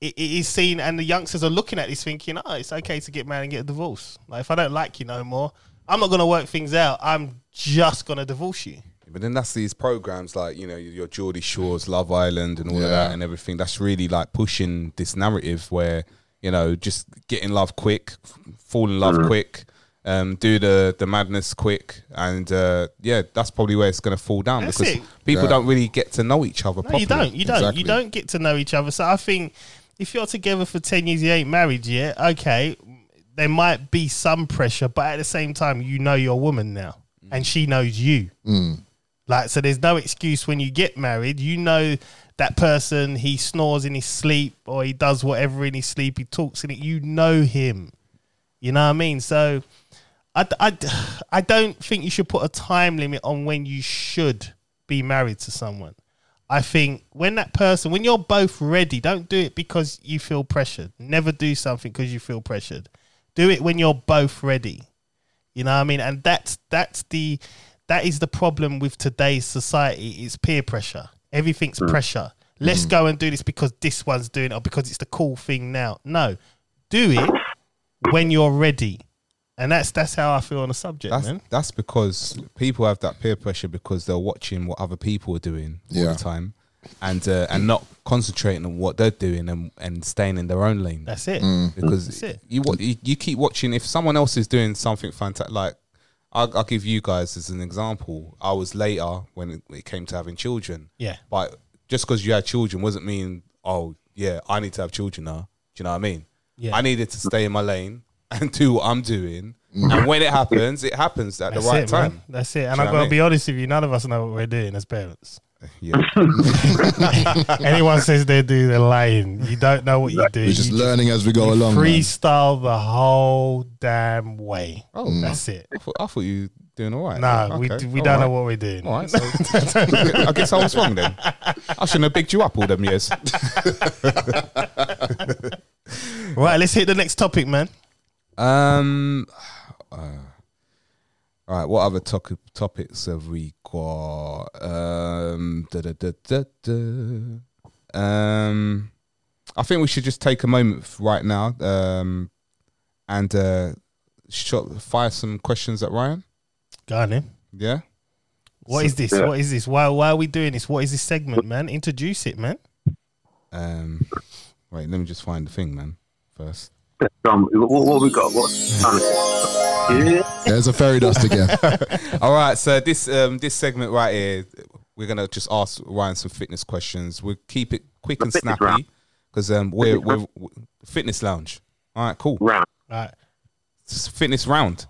C: it, it is seen, and the youngsters are looking at this thinking, oh, it's okay to get married and get a divorce. Like, if I don't like you no more, I'm not going to work things out. I'm just going to divorce you.
B: But then that's these programs like you know your Geordie Shores, Love Island, and all of that, and everything. That's really like pushing this narrative where you know just get in love quick, f- fall in
D: Mm.
B: love quick, um, do the the madness quick, and uh, yeah, that's probably where it's going to fall down
C: That's
B: because
C: it.
B: people
D: Yeah.
B: don't really get to know each other
C: No,
B: properly.
C: you don't. You don't.
D: Exactly.
C: You don't get to know each other. So I think if you're together for ten years, you ain't married yet. Okay, there might be some pressure, but at the same time, you know your woman now, and she knows you. Like so, there's no excuse when you get married. You know that person. He snores in his sleep, or he does whatever in his sleep. He talks in it. You know him. You know what I mean? So. I, d- I d- I don't think you should put a time limit on when you should be married to someone. I think when that person, when you're both ready, don't do it because you feel pressured. Never do something because you feel pressured. Do it when you're both ready. You know what I mean? And that's that's the that is the problem with today's society is peer pressure. Everything's
B: Mm.
C: pressure. Let's go and do this because this one's doing it or because it's the cool thing now. No. Do it when you're ready. And that's that's how I feel on the subject,
B: That's
C: man.
B: that's because people have that peer pressure because they're watching what other people are doing all
D: Yeah.
B: the time, and uh, and not concentrating on what they're doing and and staying in their own lane.
C: That's it.
B: Mm. because
C: That's it.
B: you, wa- you you keep watching. If someone else is doing something fantastic, like I'll, I'll give you guys as an example. I was later when it, it came to having children.
C: Yeah.
B: but just because you had children wasn't mean. Oh yeah, I need to have children now. Do you know what I mean?
C: Yeah.
B: I needed to stay in my lane and do what I'm doing. And when it happens, it happens at
C: That's
B: the right
C: it,
B: time.
C: man. That's it.
B: you
C: And
B: know what
C: I've
B: I
C: got to
B: mean?
C: be honest with you, none of us know what we're doing as parents.
B: Yeah.
C: Anyone says they do, they're lying. You don't know what you do.
D: We're just
C: you
D: learning as we go
C: just
D: along. man.
C: freestyle the whole damn way.
B: Oh,
D: Mm.
C: That's it.
B: I thought, I thought you were doing all right.
C: No,
B: Okay,
C: we, we
B: all
C: don't
B: right.
C: know what we're doing.
B: All right, so I guess I was wrong then. I shouldn't have picked you up all them years.
C: Right, let's hit the next topic, man.
B: Um. Uh, all right. What other toc- topics have we got? Um. Da, da, da, da, da. Um. I think we should just take a moment f- right now. Um. And uh, shot, fire some questions at Ryan.
C: Go on, then.
B: Yeah.
C: What is this?
A: yeah.
C: What is this? Why why are we doing this? What is this segment, man? Introduce it, man.
B: Um. Wait. Let me just find the thing, man. First.
A: Um, what, what we got? What? Yeah.
D: There's a fairy dust again.
B: All right, so this um this segment right here, we're gonna just ask Ryan some fitness questions. We'll keep it quick and
A: fitness
B: snappy
A: round.
B: because um we're,
A: Fitness
B: we're fitness lounge. All right, cool.
A: Round.
C: All right.
B: It's fitness round.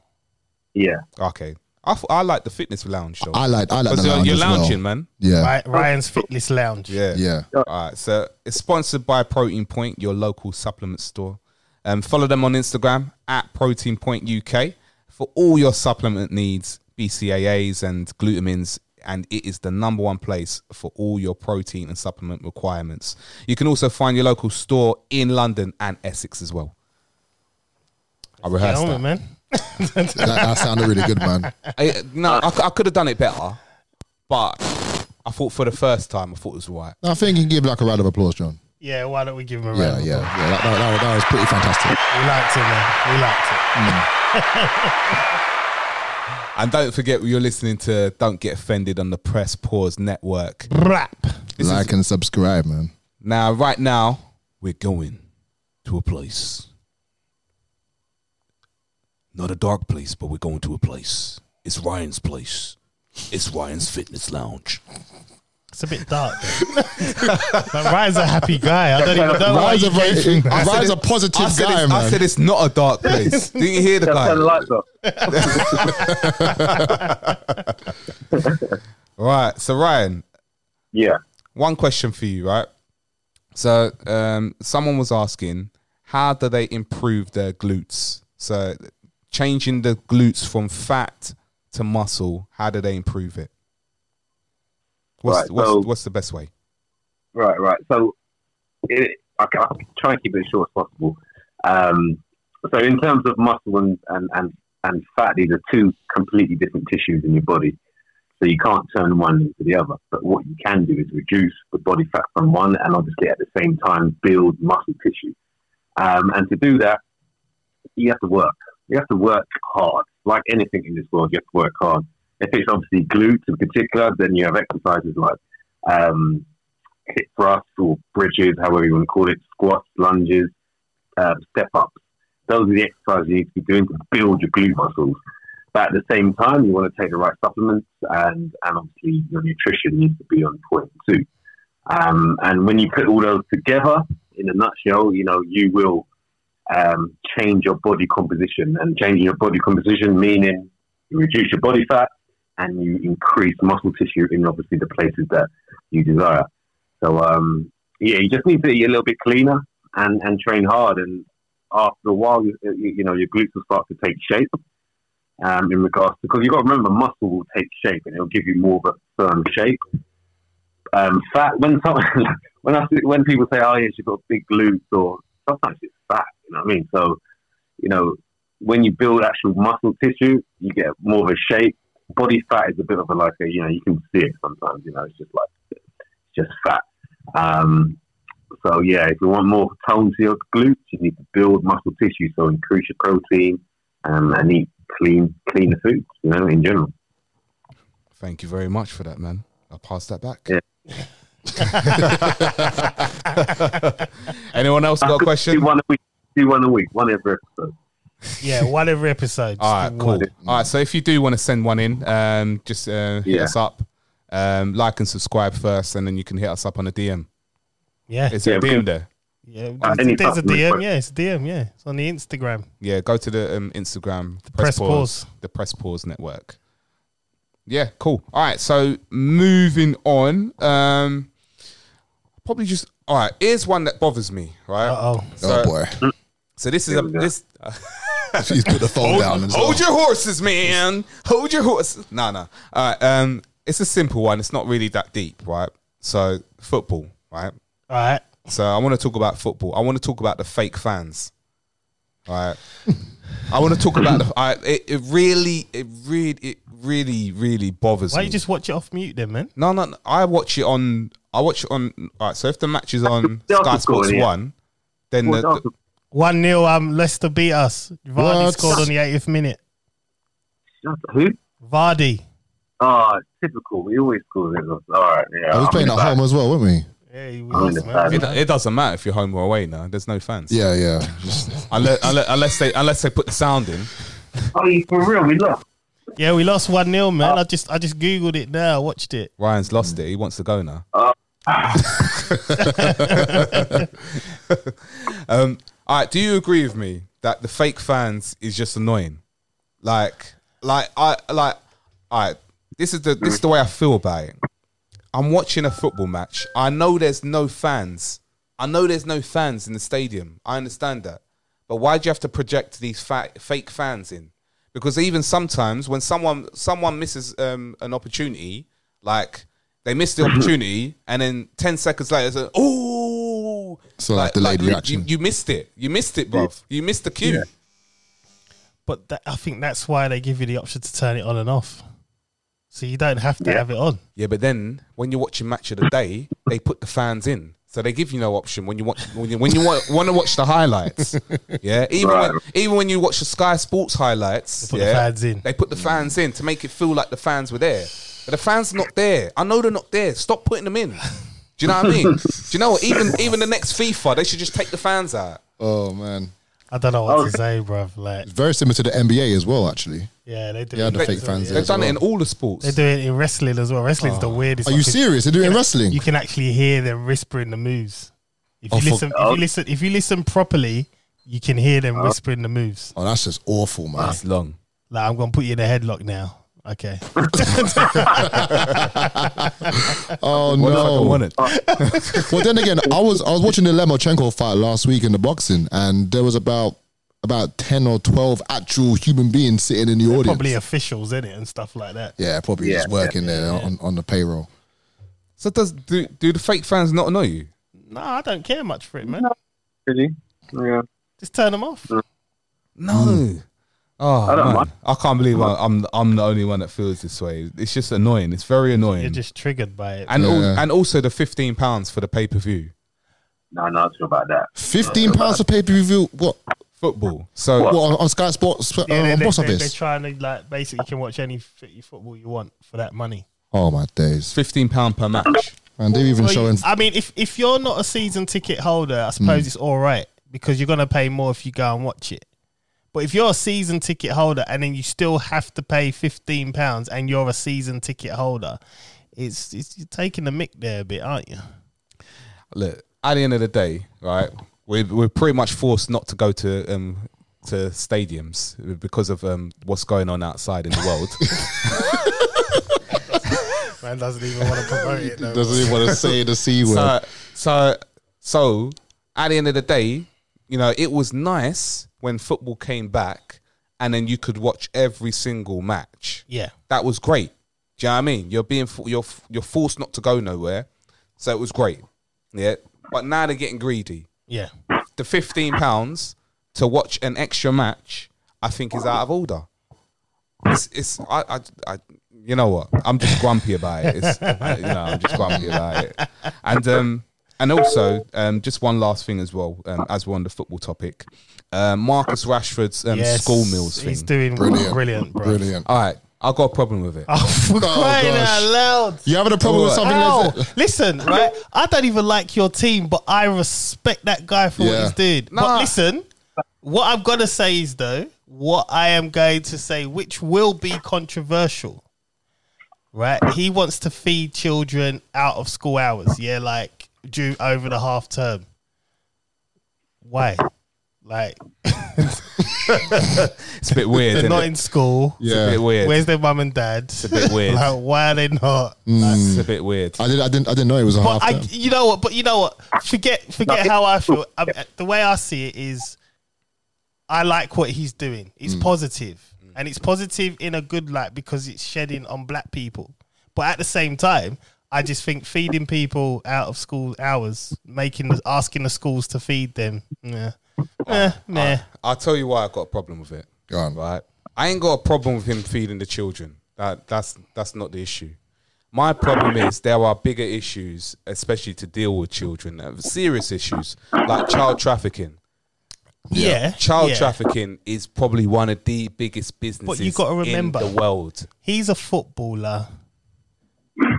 A: Yeah.
B: Okay, I, f- I like the fitness lounge though.
D: I like I like the
B: Because you're,
D: lounge
B: you're
D: as well.
B: lounging, man.
D: Yeah,
C: Right,
B: Oh.
C: Ryan's Fitness Lounge.
B: Yeah.
D: yeah.
B: All right, so it's sponsored by Protein Point, your local supplement store. Um, follow them on Instagram at Protein Point UK for all your supplement needs, BCAAs and glutamines, and it is the number one place for all your protein and supplement requirements. You can also find your local store in London and Essex as well. I
C: Get
B: rehearsed
C: on with
B: that.
C: it, man.
D: That, that sounded really good, man.
B: I, no, I, c- I could have done it better, but I thought for the first time, I thought it was all right.
D: I think you can give like a round of applause, John.
C: Yeah, why don't we give him a round?
D: Yeah, yeah,
C: of
D: yeah. That, that, that, that was pretty fantastic.
C: applause? We liked it, man. We liked it.
B: And don't forget, you're listening to Don't Get Offended on the Press Pause Network.
C: Rap.
D: like and subscribe, man.
B: Now, right now, we're going to a place. Not a dark place, but we're going to a place. It's Ryan's place. It's Ryan's Fitness Lounge.
C: It's a bit dark. though. but Ryan's a happy guy. I don't even know why
D: Ryan's
C: you
D: a,
C: gave him
D: very,
B: I said
D: Ryan's
B: it-
D: a positive
B: I said,
D: guy,
B: it's,
D: man.
B: I said it's not a dark place. Didn't you hear the
A: Turn the
B: guy?
A: lights off.
B: Right. So, Ryan,
A: Yeah.
B: one question for you, right? So, um, someone was asking, how do they improve their glutes? So, changing the glutes from fat to muscle, how do they improve it? What's,
A: Right,
B: what's,
A: so-
B: what's the best way?
A: Right, right. So it, I, can, I can try and keep it as short as possible. Um, so in terms of muscle and, and, and, and fat, these are two completely different tissues in your body. So you can't turn one into the other. But what you can do is reduce the body fat from one and obviously at the same time build muscle tissue. Um, and to do that, you have to work. You have to work hard. Like anything in this world, you have to work hard. If it's obviously glutes in particular, then you have exercises like um, hip thrusts or bridges, however you want to call it, squats, lunges, uh, step ups. Those are the exercises you need to be doing to build your glute muscles. But at the same time, you want to take the right supplements, and, and obviously your nutrition needs to be on point too. Um, and when you put all those together, in a nutshell, you know, you will um, change your body composition. And changing your body composition meaning you reduce your body fat and you increase muscle tissue in obviously the places that you desire. So um, yeah, you just need to be a little bit cleaner and, and train hard. And after a while, you, you you know, your glutes will start to take shape. Um, in regards to because you've got to remember, muscle will take shape and it'll give you more of a firm shape. Um, fat when some, when I, see- when people say, "Oh yeah, she's got big glutes," or sometimes it's fat. You know what I mean? So you know when you build actual muscle tissue, you get more of a shape. Body fat is a bit of a like a you know you can see it sometimes. You know it's just like it's just fat. Um, so yeah, if you want more tone to your glutes, you need to build muscle tissue. So increase your protein um, and eat clean, cleaner foods. You know, in general.
B: Thank you very much for that, man. I'll pass that back.
A: Yeah.
B: Anyone else got a
A: Do
B: question?
A: one a week. Do one a week. One every episode.
C: Yeah, one every episode. Just
B: All
C: do
B: right,
C: one.
B: cool. All right, so if you do want to send one in, um, just uh, hit
A: Yeah.
B: us up, um, like and subscribe first, and then you can hit us up on a DM.
C: Yeah,
B: It's a
A: Yeah,
B: DM there.
C: yeah.
A: Uh,
C: there's,
A: any
C: there's a
A: supplement
C: DM.
A: question?
C: Yeah, it's a DM. Yeah, it's on the Instagram.
B: Yeah, go to the um, Instagram.
C: Press Pause.
B: The Press Pause Network. Yeah, cool. All right, so moving on. Um, probably just all right. Here's one that bothers me. Right.
C: Uh oh.
B: So,
D: oh boy,
B: so this is a
A: we go.
B: this.
D: he's put the phone down. And
B: Hold
D: stuff.
B: your horses, man. Hold your horses. Nah, nah. All right. Um, it's a simple one. It's not really that deep, right? So football, right?
C: All right.
B: So I want to talk about football. I want to talk about the fake fans. All right. I want to talk about the. I, it, it really, it really, it really, really bothers
C: Why
B: me.
C: you just watch it off mute then, man?
B: no, no, no. I watch it on. I watch it on. All right. So if the match is on
A: Delta
B: Sky
A: score,
B: Sports
A: yeah.
B: One, then
A: Well,
B: the,
A: that's-
C: One 0 Um, Leicester beat us. Vardy
D: What?
C: scored on the 80th minute.
A: that's- who?
C: Vardy.
A: Ah, typical. We always call it. All right. Yeah.
D: I was
A: I'm
D: playing
A: in
D: at
A: the
D: home as well, weren't we?
C: Yeah, we
A: I'm in
C: lost,
A: the
C: man.
B: it, it doesn't matter if you're home or away. Now there's no fans.
D: Yeah, yeah. Just-
B: Unless, unless, unless they unless they put the sound in.
A: back. Oh, you- for real? We lost.
C: Yeah, we lost one 0 man.
D: Ah.
C: I just I just googled it now. I watched it.
B: Ryan's lost it. He wants to go now. um, all right. Do you agree with me that the fake fans is just annoying? Like, like I like. All right. This is the this is the way I feel about it. I'm watching a football match. I know there's no fans. I know there's no fans in the stadium. I understand that. But why do you have to project these fa- fake fans in? Because even sometimes when someone someone misses um, an opportunity, like they miss the opportunity, and then ten seconds later, it's like, oh,
D: So, like, delayed
B: you-
D: reaction.
B: You, you missed it. You missed it, bruv. You missed the cue.
C: But that, I think that's why they give you the option to turn it on and off. So you don't have to
A: Yeah.
C: have it on.
B: Yeah, but then when you're watching match of the day, they put the fans in, so they give you no option when you want when you, when you want, want to watch the highlights. Yeah, even
A: Right.
B: when, even when you watch the Sky Sports highlights,
C: They put the
B: yeah,
C: fans in.
B: They put the fans in to make it feel like the fans were there, but the fans are not there. I know they're not there. Stop putting them in. Do you know what I mean? Do you know what? Even even the next FIFA, they should just take the fans out.
D: oh man,
C: I don't know what
A: Okay.
C: to say, bruv. Like,
D: it's very similar to the NBA as well, actually.
C: yeah, they do.
D: Yeah,
C: it.
D: the
C: They-
D: fake fans.
B: They've
D: as
B: done it
D: well.
B: in all the sports.
C: They do it in wrestling as well. Wrestling's the weirdest.
D: Ah. Are you
C: fucking-
D: serious? They're doing wrestling.
C: You can actually hear them whispering the moves. If you
D: Oh, for-
C: listen, if you listen, if you listen properly, you can hear them whispering the moves.
D: Oh, that's just awful, man.
B: That's long.
C: Like, I'm gonna put you in a headlock now. Okay.
D: Oh
B: What if I don't
D: no.
B: want it?
D: well, then again, I was I was watching the Lemachenko fight last week in the boxing, and there was about about ten or twelve actual human beings sitting in the audience.
C: Probably officials in it and stuff like that.
D: yeah, probably
A: Yeah,
D: just working there on, on the payroll.
B: So does do, do the fake fans not annoy you?
C: No, I don't care much for it, man.
A: Really? Yeah.
C: Just turn them off.
B: No. Oh,
A: I don't
B: man.
A: mind.
B: I can't believe I- I'm I'm the only one that feels this way. It's just annoying. It's very annoying.
C: You're just triggered by
D: uh,
C: it.
B: and al-
D: Yeah.
B: and also the fifteen pounds for the pay per view
A: No, no, it's not about that.
D: Fifteen pounds for pay per view. What?
B: football. So
D: What on, on Sky Sports? Uh,
C: Yeah, they,
D: on
C: they,
D: box
C: they, they're
D: office?
C: trying to like basically you can watch any f- football you want for that money.
D: oh my days!
B: fifteen pound per match.
D: And they're even
C: Well, you-
D: showing.
C: I mean, if if you're not a season ticket holder, I suppose it's all right because you're gonna pay more if you go and watch it. But if you're a season ticket holder and then you still have to pay fifteen pounds and you're a season ticket holder, it's it's you're taking the mick there a bit, aren't you?
B: Look, at the end of the day, right, we're we're pretty much forced not to go to um to stadiums because of um what's going on outside in the world.
C: Man doesn't even want to promote it. Though.
D: Doesn't even want to say the c word.
B: so so so at the end of the day, you know, it was nice when football came back and then you could watch every single match.
C: Yeah,
B: That was great. Do you know what I mean? You're being fo- you're f- you're forced not to go nowhere, so it was great. Yeah, but now they're getting greedy.
C: yeah.
B: The fifteen pounds to watch an extra match, I think, is out of order. It's, it's I, I, I, you know what? I'm just grumpy about it. It's, I, you know, I'm just grumpy about it. And um, and also um, just one last thing as well. Um, as we're on the football topic, um, Marcus Rashford's um,
C: Yes,
B: school meals
C: He's
B: thing.
C: doing brilliant,
D: Brilliant.
C: brilliant, bro.
D: Brilliant.
B: All right, I've got a problem with it.
C: Oh, for crying
D: gosh.
C: out loud!
D: You having a problem with
B: What?
D: something
C: Ow.
D: like that?
C: Listen, right? I don't even like your team, but I respect that guy for what
D: Yeah.
C: he's doing.
B: Nah.
C: But listen, what I'm gonna say is though, what I am going to say, which will be controversial, right? He wants to feed children out of school hours, yeah, like due over the half term. Why? Like
B: It's a bit weird.
C: they're
B: isn't
C: not
B: it?
C: in school.
B: It's a
D: Yeah.
B: bit weird.
C: Where's their mum and dad?
B: it's a bit weird.
C: Like, why are they not?
B: Mm. It's a bit weird.
D: I didn't. I didn't. I didn't know it was a half
C: But I,
D: term.
C: you know what? But you know what? Forget, forget how I feel. I mean, the way I see it is, I like what he's doing. It's positive, and it's positive in a good light because it's shedding on black people. But at the same time, I just think feeding people out of school hours, making the, asking the schools to feed them, yeah, eh, meh.
B: I'll tell you why I've got a problem with it.
D: Go on.
B: Right? I ain't got a problem with him feeding the children. That, that's, that's not the issue. My problem is there are bigger issues, especially to deal with children, uh, serious issues like child trafficking.
C: yeah,
B: Child
C: yeah.
B: trafficking is probably one of the biggest businesses
C: gotta remember-
B: in the world.
C: He's a footballer.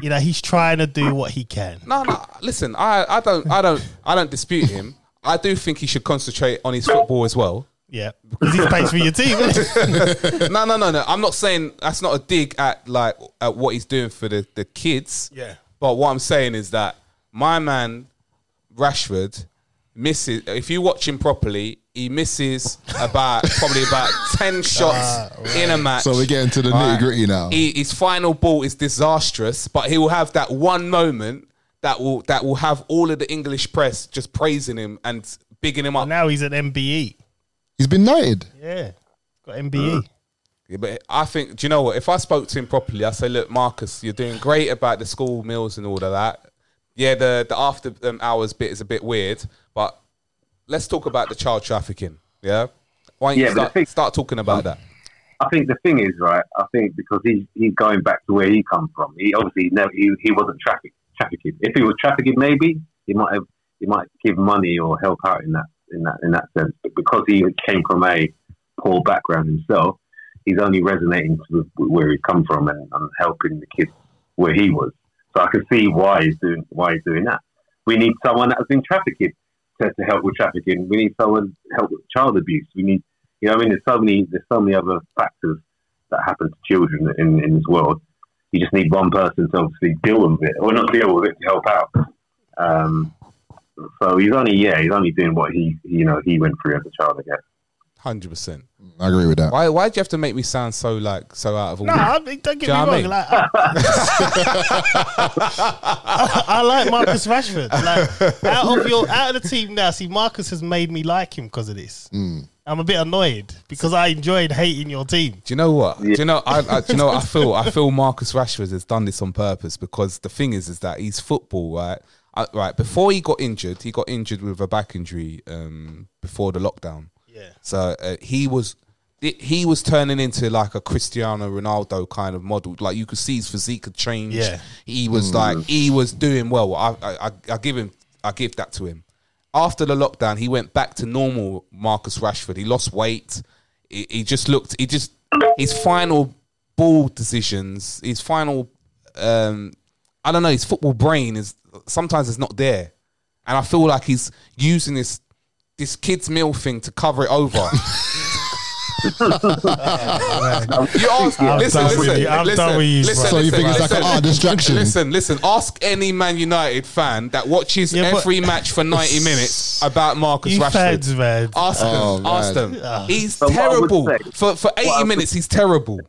C: You know, he's trying to do what he can.
B: No, no. Listen, I, I don't, I don't, I don't dispute him. I do think he should concentrate on his football as well.
C: Yeah, because he plays for your team. isn't he?
B: no, no, no, no. I'm not saying that's not a dig at like at what he's doing for the, the kids.
C: Yeah.
B: But what I'm saying is that my man Rashford misses. If you watch him properly, he misses about probably about ten shots in a match.
D: So we're getting to the
B: Alright.
D: nitty gritty now.
B: He, his final ball is disastrous, but he will have that one moment that will that will have all of the English press just praising him and bigging him up.
C: Now he's at MBE.
D: He's been knighted.
C: Yeah. Got E.
B: Mm.
C: MBE.
B: Yeah, but I think, do you know what? If I spoke to him properly, I say, look, Marcus, you're doing great about the school meals and all of that. Yeah, the the after um, hours bit is a bit weird, but let's talk about the child trafficking. Yeah, why don't
A: Yeah,
B: you
A: but the
B: start,
A: thing-
B: start talking about that?
A: I think the thing is right. I think because he's he's going back to where he come from. He obviously never he, he wasn't traffic trafficking. If he was trafficking, maybe he might have he might give money or help out in that in that in that sense. But because he came from a poor background himself, he's only resonating with where he come from and, and helping the kids where he was. So I can see why he's doing why he's doing that. We need someone that has been trafficking to, to help with trafficking. We need someone to help with child abuse. We need you know, what I mean, there's so many, there's so many other factors that happen to children in, in this world. You just need one person to obviously deal with it, or not deal with it, to help out. Um, so he's only, yeah, he's only doing what he, you know, he went through as a child, I guess.
B: Hundred percent.
D: I agree with that.
B: Why why do you have to make me sound so like so out of all?
C: No, I mean, don't get
B: Do you
C: me
B: know
C: wrong.
B: what I mean?
C: Like, I, I- I like Marcus Rashford. Like, out of your out of the team now, see, Marcus has made me like him because of this.
B: Mm.
C: I'm a bit annoyed because I enjoyed hating your team.
B: Do you know what? Do you know? I, I do you know what I feel? I feel Marcus Rashford has done this on purpose because the thing is, is that he's football, right? I, right before he got injured, he got injured with a back injury um, before the lockdown.
C: Yeah.
B: So uh, he was it, he was turning into like a Cristiano Ronaldo kind of model. Like you could see his physique had changed.
C: Yeah. Mm.
B: he was like he was doing well. I, I I- I give him I give that to him. After the lockdown, he went back to normal. Marcus Rashford. He lost weight. He, he just looked. He just his final ball decisions. His final. Um, I don't know. His football brain is sometimes it's not there, and I feel like he's using this this kids meal thing to cover it over. You ask,
C: I'm
B: listen,
C: done with
B: listen,
C: you. I'm
B: listen,
C: done with you,
B: listen,
C: bro.
D: So you
B: listen,
D: think it's like
B: listen,
D: an art distraction?
B: Listen, listen. Ask any Man United fan that watches
C: Yeah, but-
B: every match for ninety minutes about Marcus
C: You
B: Rashford.
C: fans, man.
B: Ask them.
D: Oh, man.
B: ask them. He's
A: But what I would
B: terrible.
A: say-
B: For for
A: I
B: eighty
A: would-
B: minutes, he's terrible.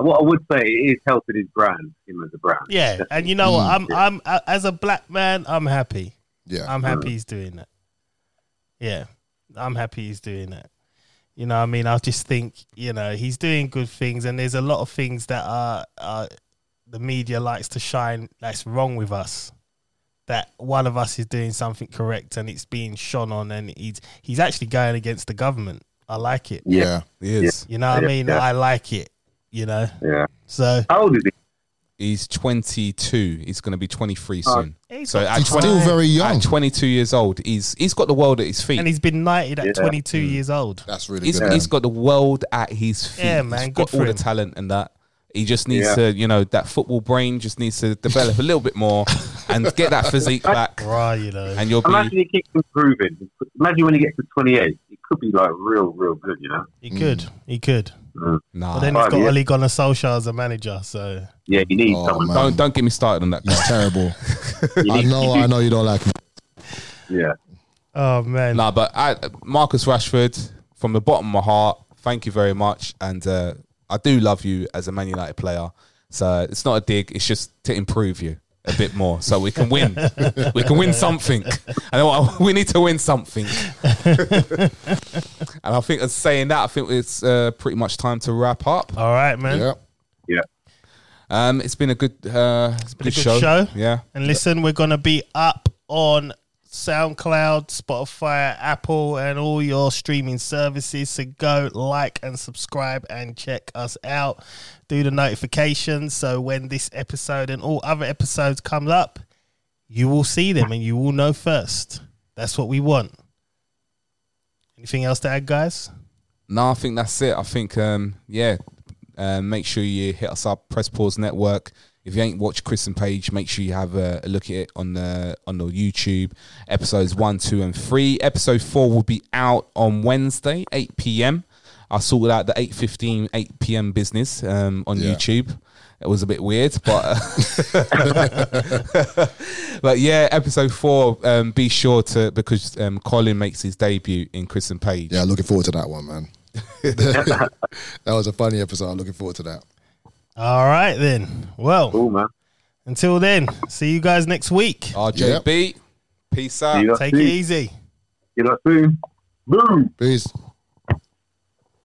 A: What I would say it is helping his brand, him as a brand.
C: Yeah, and you know what?
B: Mm.
C: I'm, I'm, I- as a black man, I'm happy.
D: Yeah.
C: I'm happy he's doing that. Yeah, I'm happy he's doing that. You know, what I mean, I just think you know he's doing good things, and there's a lot of things that are, are the media likes to shine that's wrong with us. That one of us is doing something correct, and it's being shone on, and he's he's actually going against the government. I like it.
A: Yeah.
D: yeah.
B: He is.
C: You know what I
A: Yeah,
C: mean?
A: yeah.
C: I like it. You know,
A: Yeah.
C: so
A: How old is he?
B: He's twenty two. He's going to be twenty three soon.
C: He's
B: So
C: got
B: at
D: He's
B: 20,
D: still very young.
B: at twenty two years old, he's he's got the world at his feet.
C: and he's been knighted at
A: Yeah.
C: 22 years old.
D: That's really
B: He's,
D: good.
B: he's got the world at his feet.
C: Yeah, man,
B: He's
C: good
B: got
C: for
B: all the
C: him.
B: talent and that. He just needs
A: Yeah.
B: to, you know, that football brain just needs to develop a little bit more and get that physique back.
C: Right, you know.
B: And you'll be.
A: Imagine he keeps improving. Imagine when he gets to 28, he could be like real, real good, you know?
C: He could. He could.
B: Nah.
C: But then he's got
A: Fine, yeah.
C: Ole Gunnar Solskjaer as a manager, so
A: Yeah, you need
D: Oh,
A: someone.
D: man.
B: don't, don't get me started on that guy.
D: He's terrible.
A: You
D: I
A: need-
D: know. I know you don't like him.
A: Yeah.
C: oh man.
B: Nah, but I, Marcus Rashford, from the bottom of my heart, thank you very much. And uh, I do love you as a Man United player. So it's not a dig, it's just to improve you a bit more so we can win. we can win something. And I- we need to win something. and I think, as saying that, I think it's uh, pretty much time to wrap up.
C: All right, man.
D: Yeah.
A: Yeah.
B: Um, it's been a good, uh, it's been
C: a good show.
B: Yeah.
C: And listen, we're gonna be up on SoundCloud, Spotify, Apple, and all your streaming services. So go like and subscribe and check us out. Do the notifications so when this episode and all other episodes comes up, you will see them and you will know first. That's what we want. Anything else to add, guys?
B: No, I think that's it. I think, um, yeah, uh, make sure you hit us up, Press Pause Network. If you ain't watched Chris and Page, make sure you have a, a look at it on the on the YouTube episodes one, two, and three. Episode four will be out on Wednesday, eight p.m. I sorted out the 8.15, 8 p.m. business um, on
D: Yeah.
B: YouTube. It was a bit weird, but uh, but yeah, episode four. Um, be sure to because um, Colin makes his debut in Chris and Page.
D: Yeah. Looking forward to that one, man. that was a funny episode. I'm looking forward to that.
C: All right then. Well,
A: Cool, man.
C: until then, see you guys next week.
B: RJB, peace out.
A: See you lot
C: Take it
A: soon.
C: easy.
A: See you lot soon. Boom.
D: Peace.